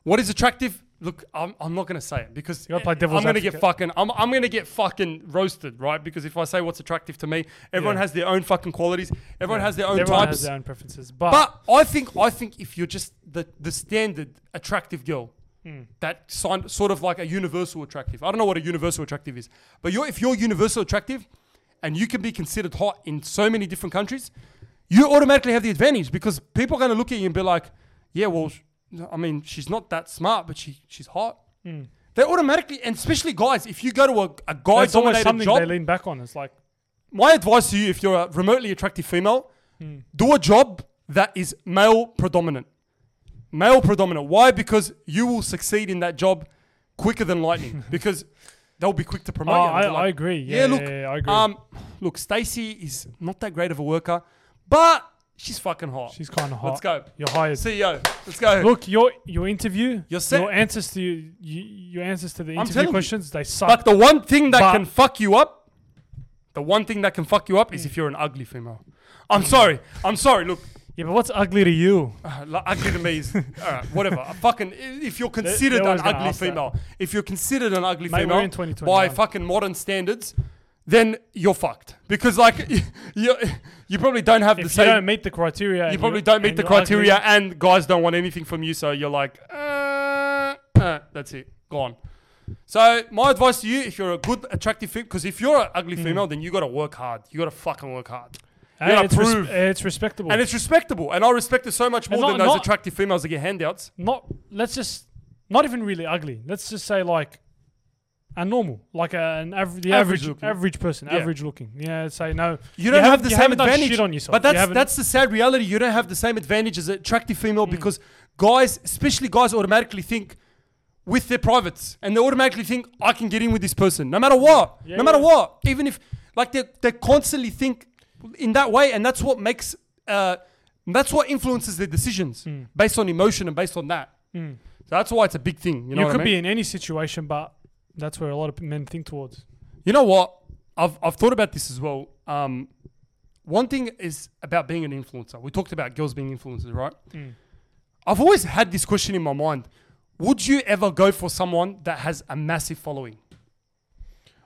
A: What is attractive? Look, I'm, I'm not gonna say it because
B: gotta play
A: I'm
B: devil's
A: gonna get
B: advocate.
A: fucking I'm, I'm gonna get fucking roasted, right? Because if I say what's attractive to me, everyone
B: Yeah.
A: has their own fucking qualities. Everyone has their own
B: Everyone
A: types.
B: has their own preferences, but,
A: But I think I think if you're just the the standard attractive girl, that sign, sort of like a universal attractive. I don't know what a universal attractive is, but you're if you're universal attractive, and you can be considered hot in so many different countries, you automatically have the advantage because people are going to look at you and be like, yeah, well, sh- I mean, she's not that smart, but she she's hot. They automatically, and especially guys, if you go to a, a guy
B: it's always
A: dominated
B: something
A: job,
B: they lean back on. It's like
A: my advice to you if you're a remotely attractive female do a job that is male predominant male predominant why because you will succeed in that job quicker than lightning because they'll be quick to promote
B: Oh,
A: you
B: I-
A: They'll be
B: I agree. Yeah, yeah, yeah, I agree."
A: um look stacy is not that great of a worker but she's fucking hot
B: she's kind of hot.
A: let's go
B: You're hired.
A: ceo let's go
B: Look, your your interview,
A: You're set.
B: your answers to you, your answers to the
A: telling
B: interview
A: you.
B: questions, they
A: but
B: suck.
A: the one thing that
B: But-
A: can fuck you up the one thing that can fuck you up is if you're an ugly female
B: Mm.
A: i'm sorry i'm sorry look
B: yeah, but what's ugly to you?
A: Uh, Like, ugly to me is all right, whatever. I fucking i- if you're considered
B: they
A: an
B: always gonna
A: ugly
B: ask that.
A: female, if you're considered an ugly
B: Mate, we're in
A: female
B: 2021.
A: by fucking modern standards, then you're fucked because like you you, you probably don't have the
B: If you
A: same.
B: don't meet the criteria,
A: you probably don't meet the criteria, and guys don't want anything from you, so you're like, uh, uh, that's it, gone. So my advice to you, if you're a good attractive female, because if you're an ugly
B: Mm.
A: female, then you gotta work hard. You gotta fucking work hard. You gotta
B: it's, res-
A: prove.
B: eh, it's respectable.
A: and it's respectable, and I respect it so much more
B: not-
A: than those
B: not-
A: attractive females that get handouts.
B: not. Let's just not even really ugly. Let's just say like a normal, like a, an average, the
A: Average
B: average,
A: looking.
B: average person,
A: Yeah.
B: average looking. Yeah, say no.
A: You don't have
B: haven't-
A: the
B: you
A: same
B: haven't done
A: advantage.
B: Shit on yourself.
A: But
B: You
A: that's
B: haven't- Mm.
A: that's the sad reality. You don't have the same advantage as an attractive female because guys, especially guys, automatically think with their privates and they automatically think I can get in with this person no matter what, no matter
B: yeah.
A: what. Even if like they they constantly think in that way, and that's what makes uh, that's what influences their decisions
B: Mm.
A: based on emotion and based on that. So that's why it's a big thing. You know,
B: you
A: what
B: could
A: I mean?
B: be in any situation, but that's where a lot of men think towards.
A: You know what? I've, I've thought about this as well. Um, one thing is about being an influencer. We talked about girls being influencers, right?
B: Mm.
A: I've always had this question in my mind Would you ever go for someone that has a massive following?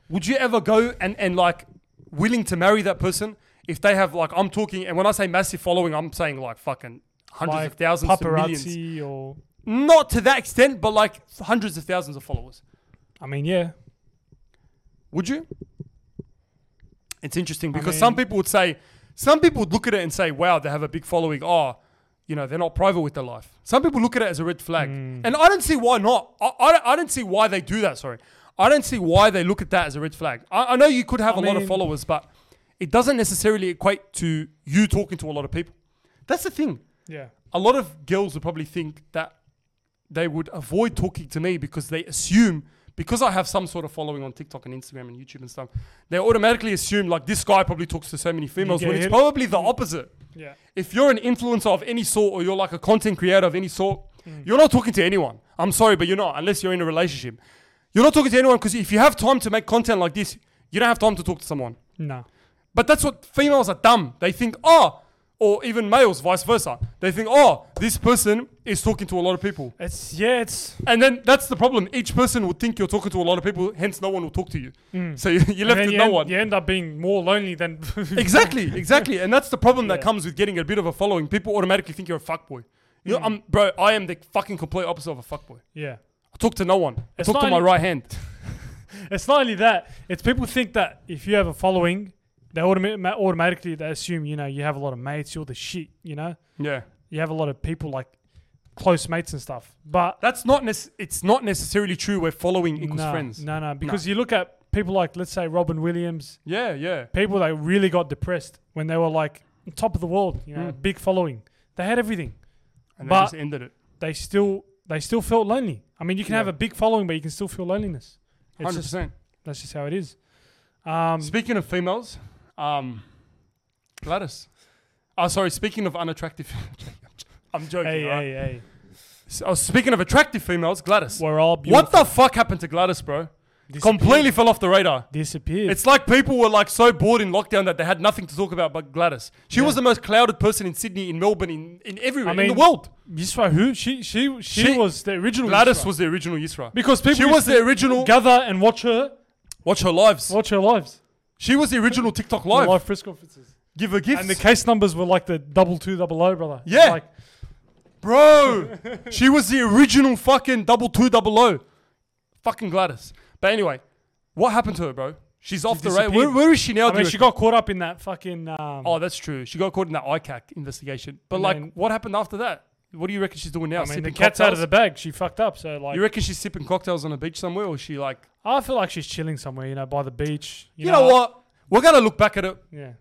A: Would you ever go and, and like willing to marry that person if they have, like, I'm talking, and when I say massive following, I'm saying like fucking hundreds
B: Like
A: of thousands to millions.
B: paparazzi or
A: Not to that extent, but like hundreds of thousands of followers.
B: I mean, yeah.
A: Would you? It's interesting because some people would say, some people would look at it and say, wow, they have a big following. Oh, you know, they're not private with their life. Some people look at it as a red flag. And I don't see why not. I, I, don't- I don't see why they do that. Sorry. I don't see why they look at that as a red flag. I, I know you could have a lot of
B: mean-
A: followers, but it doesn't necessarily equate to you talking to a lot of people. That's the thing
B: Yeah.
A: a lot of girls would probably think that they would avoid talking to me because they assume because I have some sort of following on TikTok and Instagram and YouTube and stuff, they automatically assume like this guy probably talks to so many females
B: get
A: when it's
B: hit-
A: probably the opposite.
B: Yeah.
A: If you're an influencer of any sort or you're like a content creator of any sort, you're not talking to anyone. I'm sorry, but you're not unless you're in a relationship. You're not talking to anyone because if you have time to make content like this, you don't have time to talk to someone.
B: No.
A: But that's what females are dumb. They think, oh, or even males, vice versa. They think, oh, this person is talking to a lot of people.
B: It's yeah, it's
A: And then that's the problem. Each person would think you're talking to a lot of people, hence no one will talk to you. So you- you're left
B: Mm. and
A: with
B: you,
A: no
B: end,
A: one.
B: you end up being more lonely than
A: Exactly, exactly. And that's the problem that
B: Yeah.
A: comes with getting a bit of a following. People automatically think you're a fuckboy. You
B: Mm.
A: know, I'm, bro, I am the fucking complete opposite of a fuckboy.
B: yeah.
A: I talk to no one. I
B: It's
A: talk to
B: not
A: my
B: only-
A: right hand.
B: It's not only that; it's people think that if you have a following, they automa- ma- automatically they assume you know you have a lot of mates, you're the shit, you know,
A: Yeah.
B: you have a lot of people like close mates and stuff. But
A: That's not nec- it's not necessarily true where following equals
B: no,
A: friends.
B: no, no, because you look at people like let's say Robin Williams,
A: Yeah, yeah.
B: people that really got depressed when they were like top of the world, you
A: Hmm.
B: know, big following, they had everything.
A: And
B: But-
A: they just ended it.
B: they still they still felt lonely. I mean, you can have
A: Yeah.
B: a big following, but you can still feel loneliness. It's
A: Hundred
B: just,
A: percent.
B: that's just how it is. Um,
A: Speaking of females, um, Gladys. Oh, sorry. Speaking of unattractive, I'm joking.
B: hey,
A: alright?
B: hey, hey,
A: S- oh, speaking of attractive females, Gladys.
B: we're all
A: What
B: beautiful.
A: the fuck happened to Gladys, bro? Completely fell off the radar.
B: disappeared?
A: It's like people were like so bored in lockdown that they had nothing to talk about but Gladys. She was the most clouded person in Sydney, in Melbourne, in, in everywhere
B: I
A: in
B: mean,
A: the world.
B: Yisra, who she she she,
A: She-
B: was the original.
A: Gladys
B: Yisra.
A: was the original Yisra.
B: because people
A: she
B: used
A: was
B: to
A: the original-
B: Gather and watch her
A: Watch her lives.
B: watch her lives.
A: She was the original TikTok
B: The
A: live.
B: live press conferences.
A: Give her gifts.
B: And the case numbers were like the double two double O, brother. It's
A: Yeah.
B: Like,
A: Bro, she was the original fucking double two double O. Fucking Gladys. But anyway, what happened to her, bro? She's off the rail.
B: disappeared.
A: Where, where is she now?
B: I
A: do
B: mean,
A: you
B: she
A: reckon?
B: got caught up in that fucking. Um,
A: Oh, that's true. She got caught in that ICAC investigation. But
B: And
A: like,
B: then-
A: what happened after that? What do you reckon she's doing now?
B: I mean, the
A: Sipping
B: cat's out of
A: cocktails?
B: the bag. She fucked up. So like,
A: You reckon she's sipping cocktails on a beach somewhere, or is she like,
B: I feel like she's chilling somewhere, you know, by the beach. You,
A: you know what? We're gonna look back at it
B: Yeah.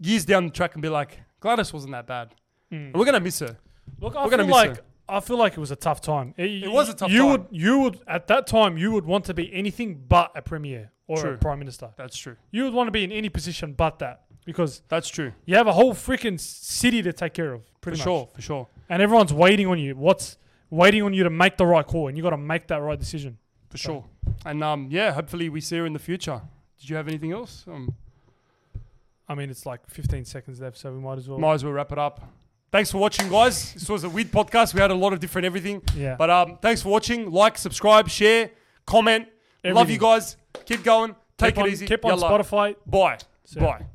A: years down the track and be like, Gladys wasn't that bad.
B: Hmm.
A: And we're gonna miss her.
B: Look, I
A: We're gonna
B: feel
A: miss
B: like
A: her.
B: I feel like it was a tough time. It,
A: was a tough
B: you
A: time.
B: Would, you would at that time you would want to be anything but a premier or a
A: True.
B: prime minister.
A: That's true.
B: You would want to be in any position but that because
A: That's true.
B: you have a whole freaking city to take care of,
A: For
B: pretty much.
A: sure. For sure.
B: And everyone's waiting on you. What's waiting on you to make the right call, and you got to make that right decision.
A: for sure. And um, yeah, hopefully we see her in the future. Did you have anything else? Um,
B: I mean, it's like 15 seconds left, so we might as well.
A: might as well wrap it up. Thanks for watching, guys. this was a weird podcast. We had a lot of different everything.
B: Yeah.
A: But um, thanks for watching. Like, subscribe, share, comment. Love you
B: Everything.
A: guys. Keep going. Take
B: keep
A: it
B: on,
A: easy.
B: Keep on
A: Yalla.
B: Spotify.
A: Bye.
B: ya.
A: Bye.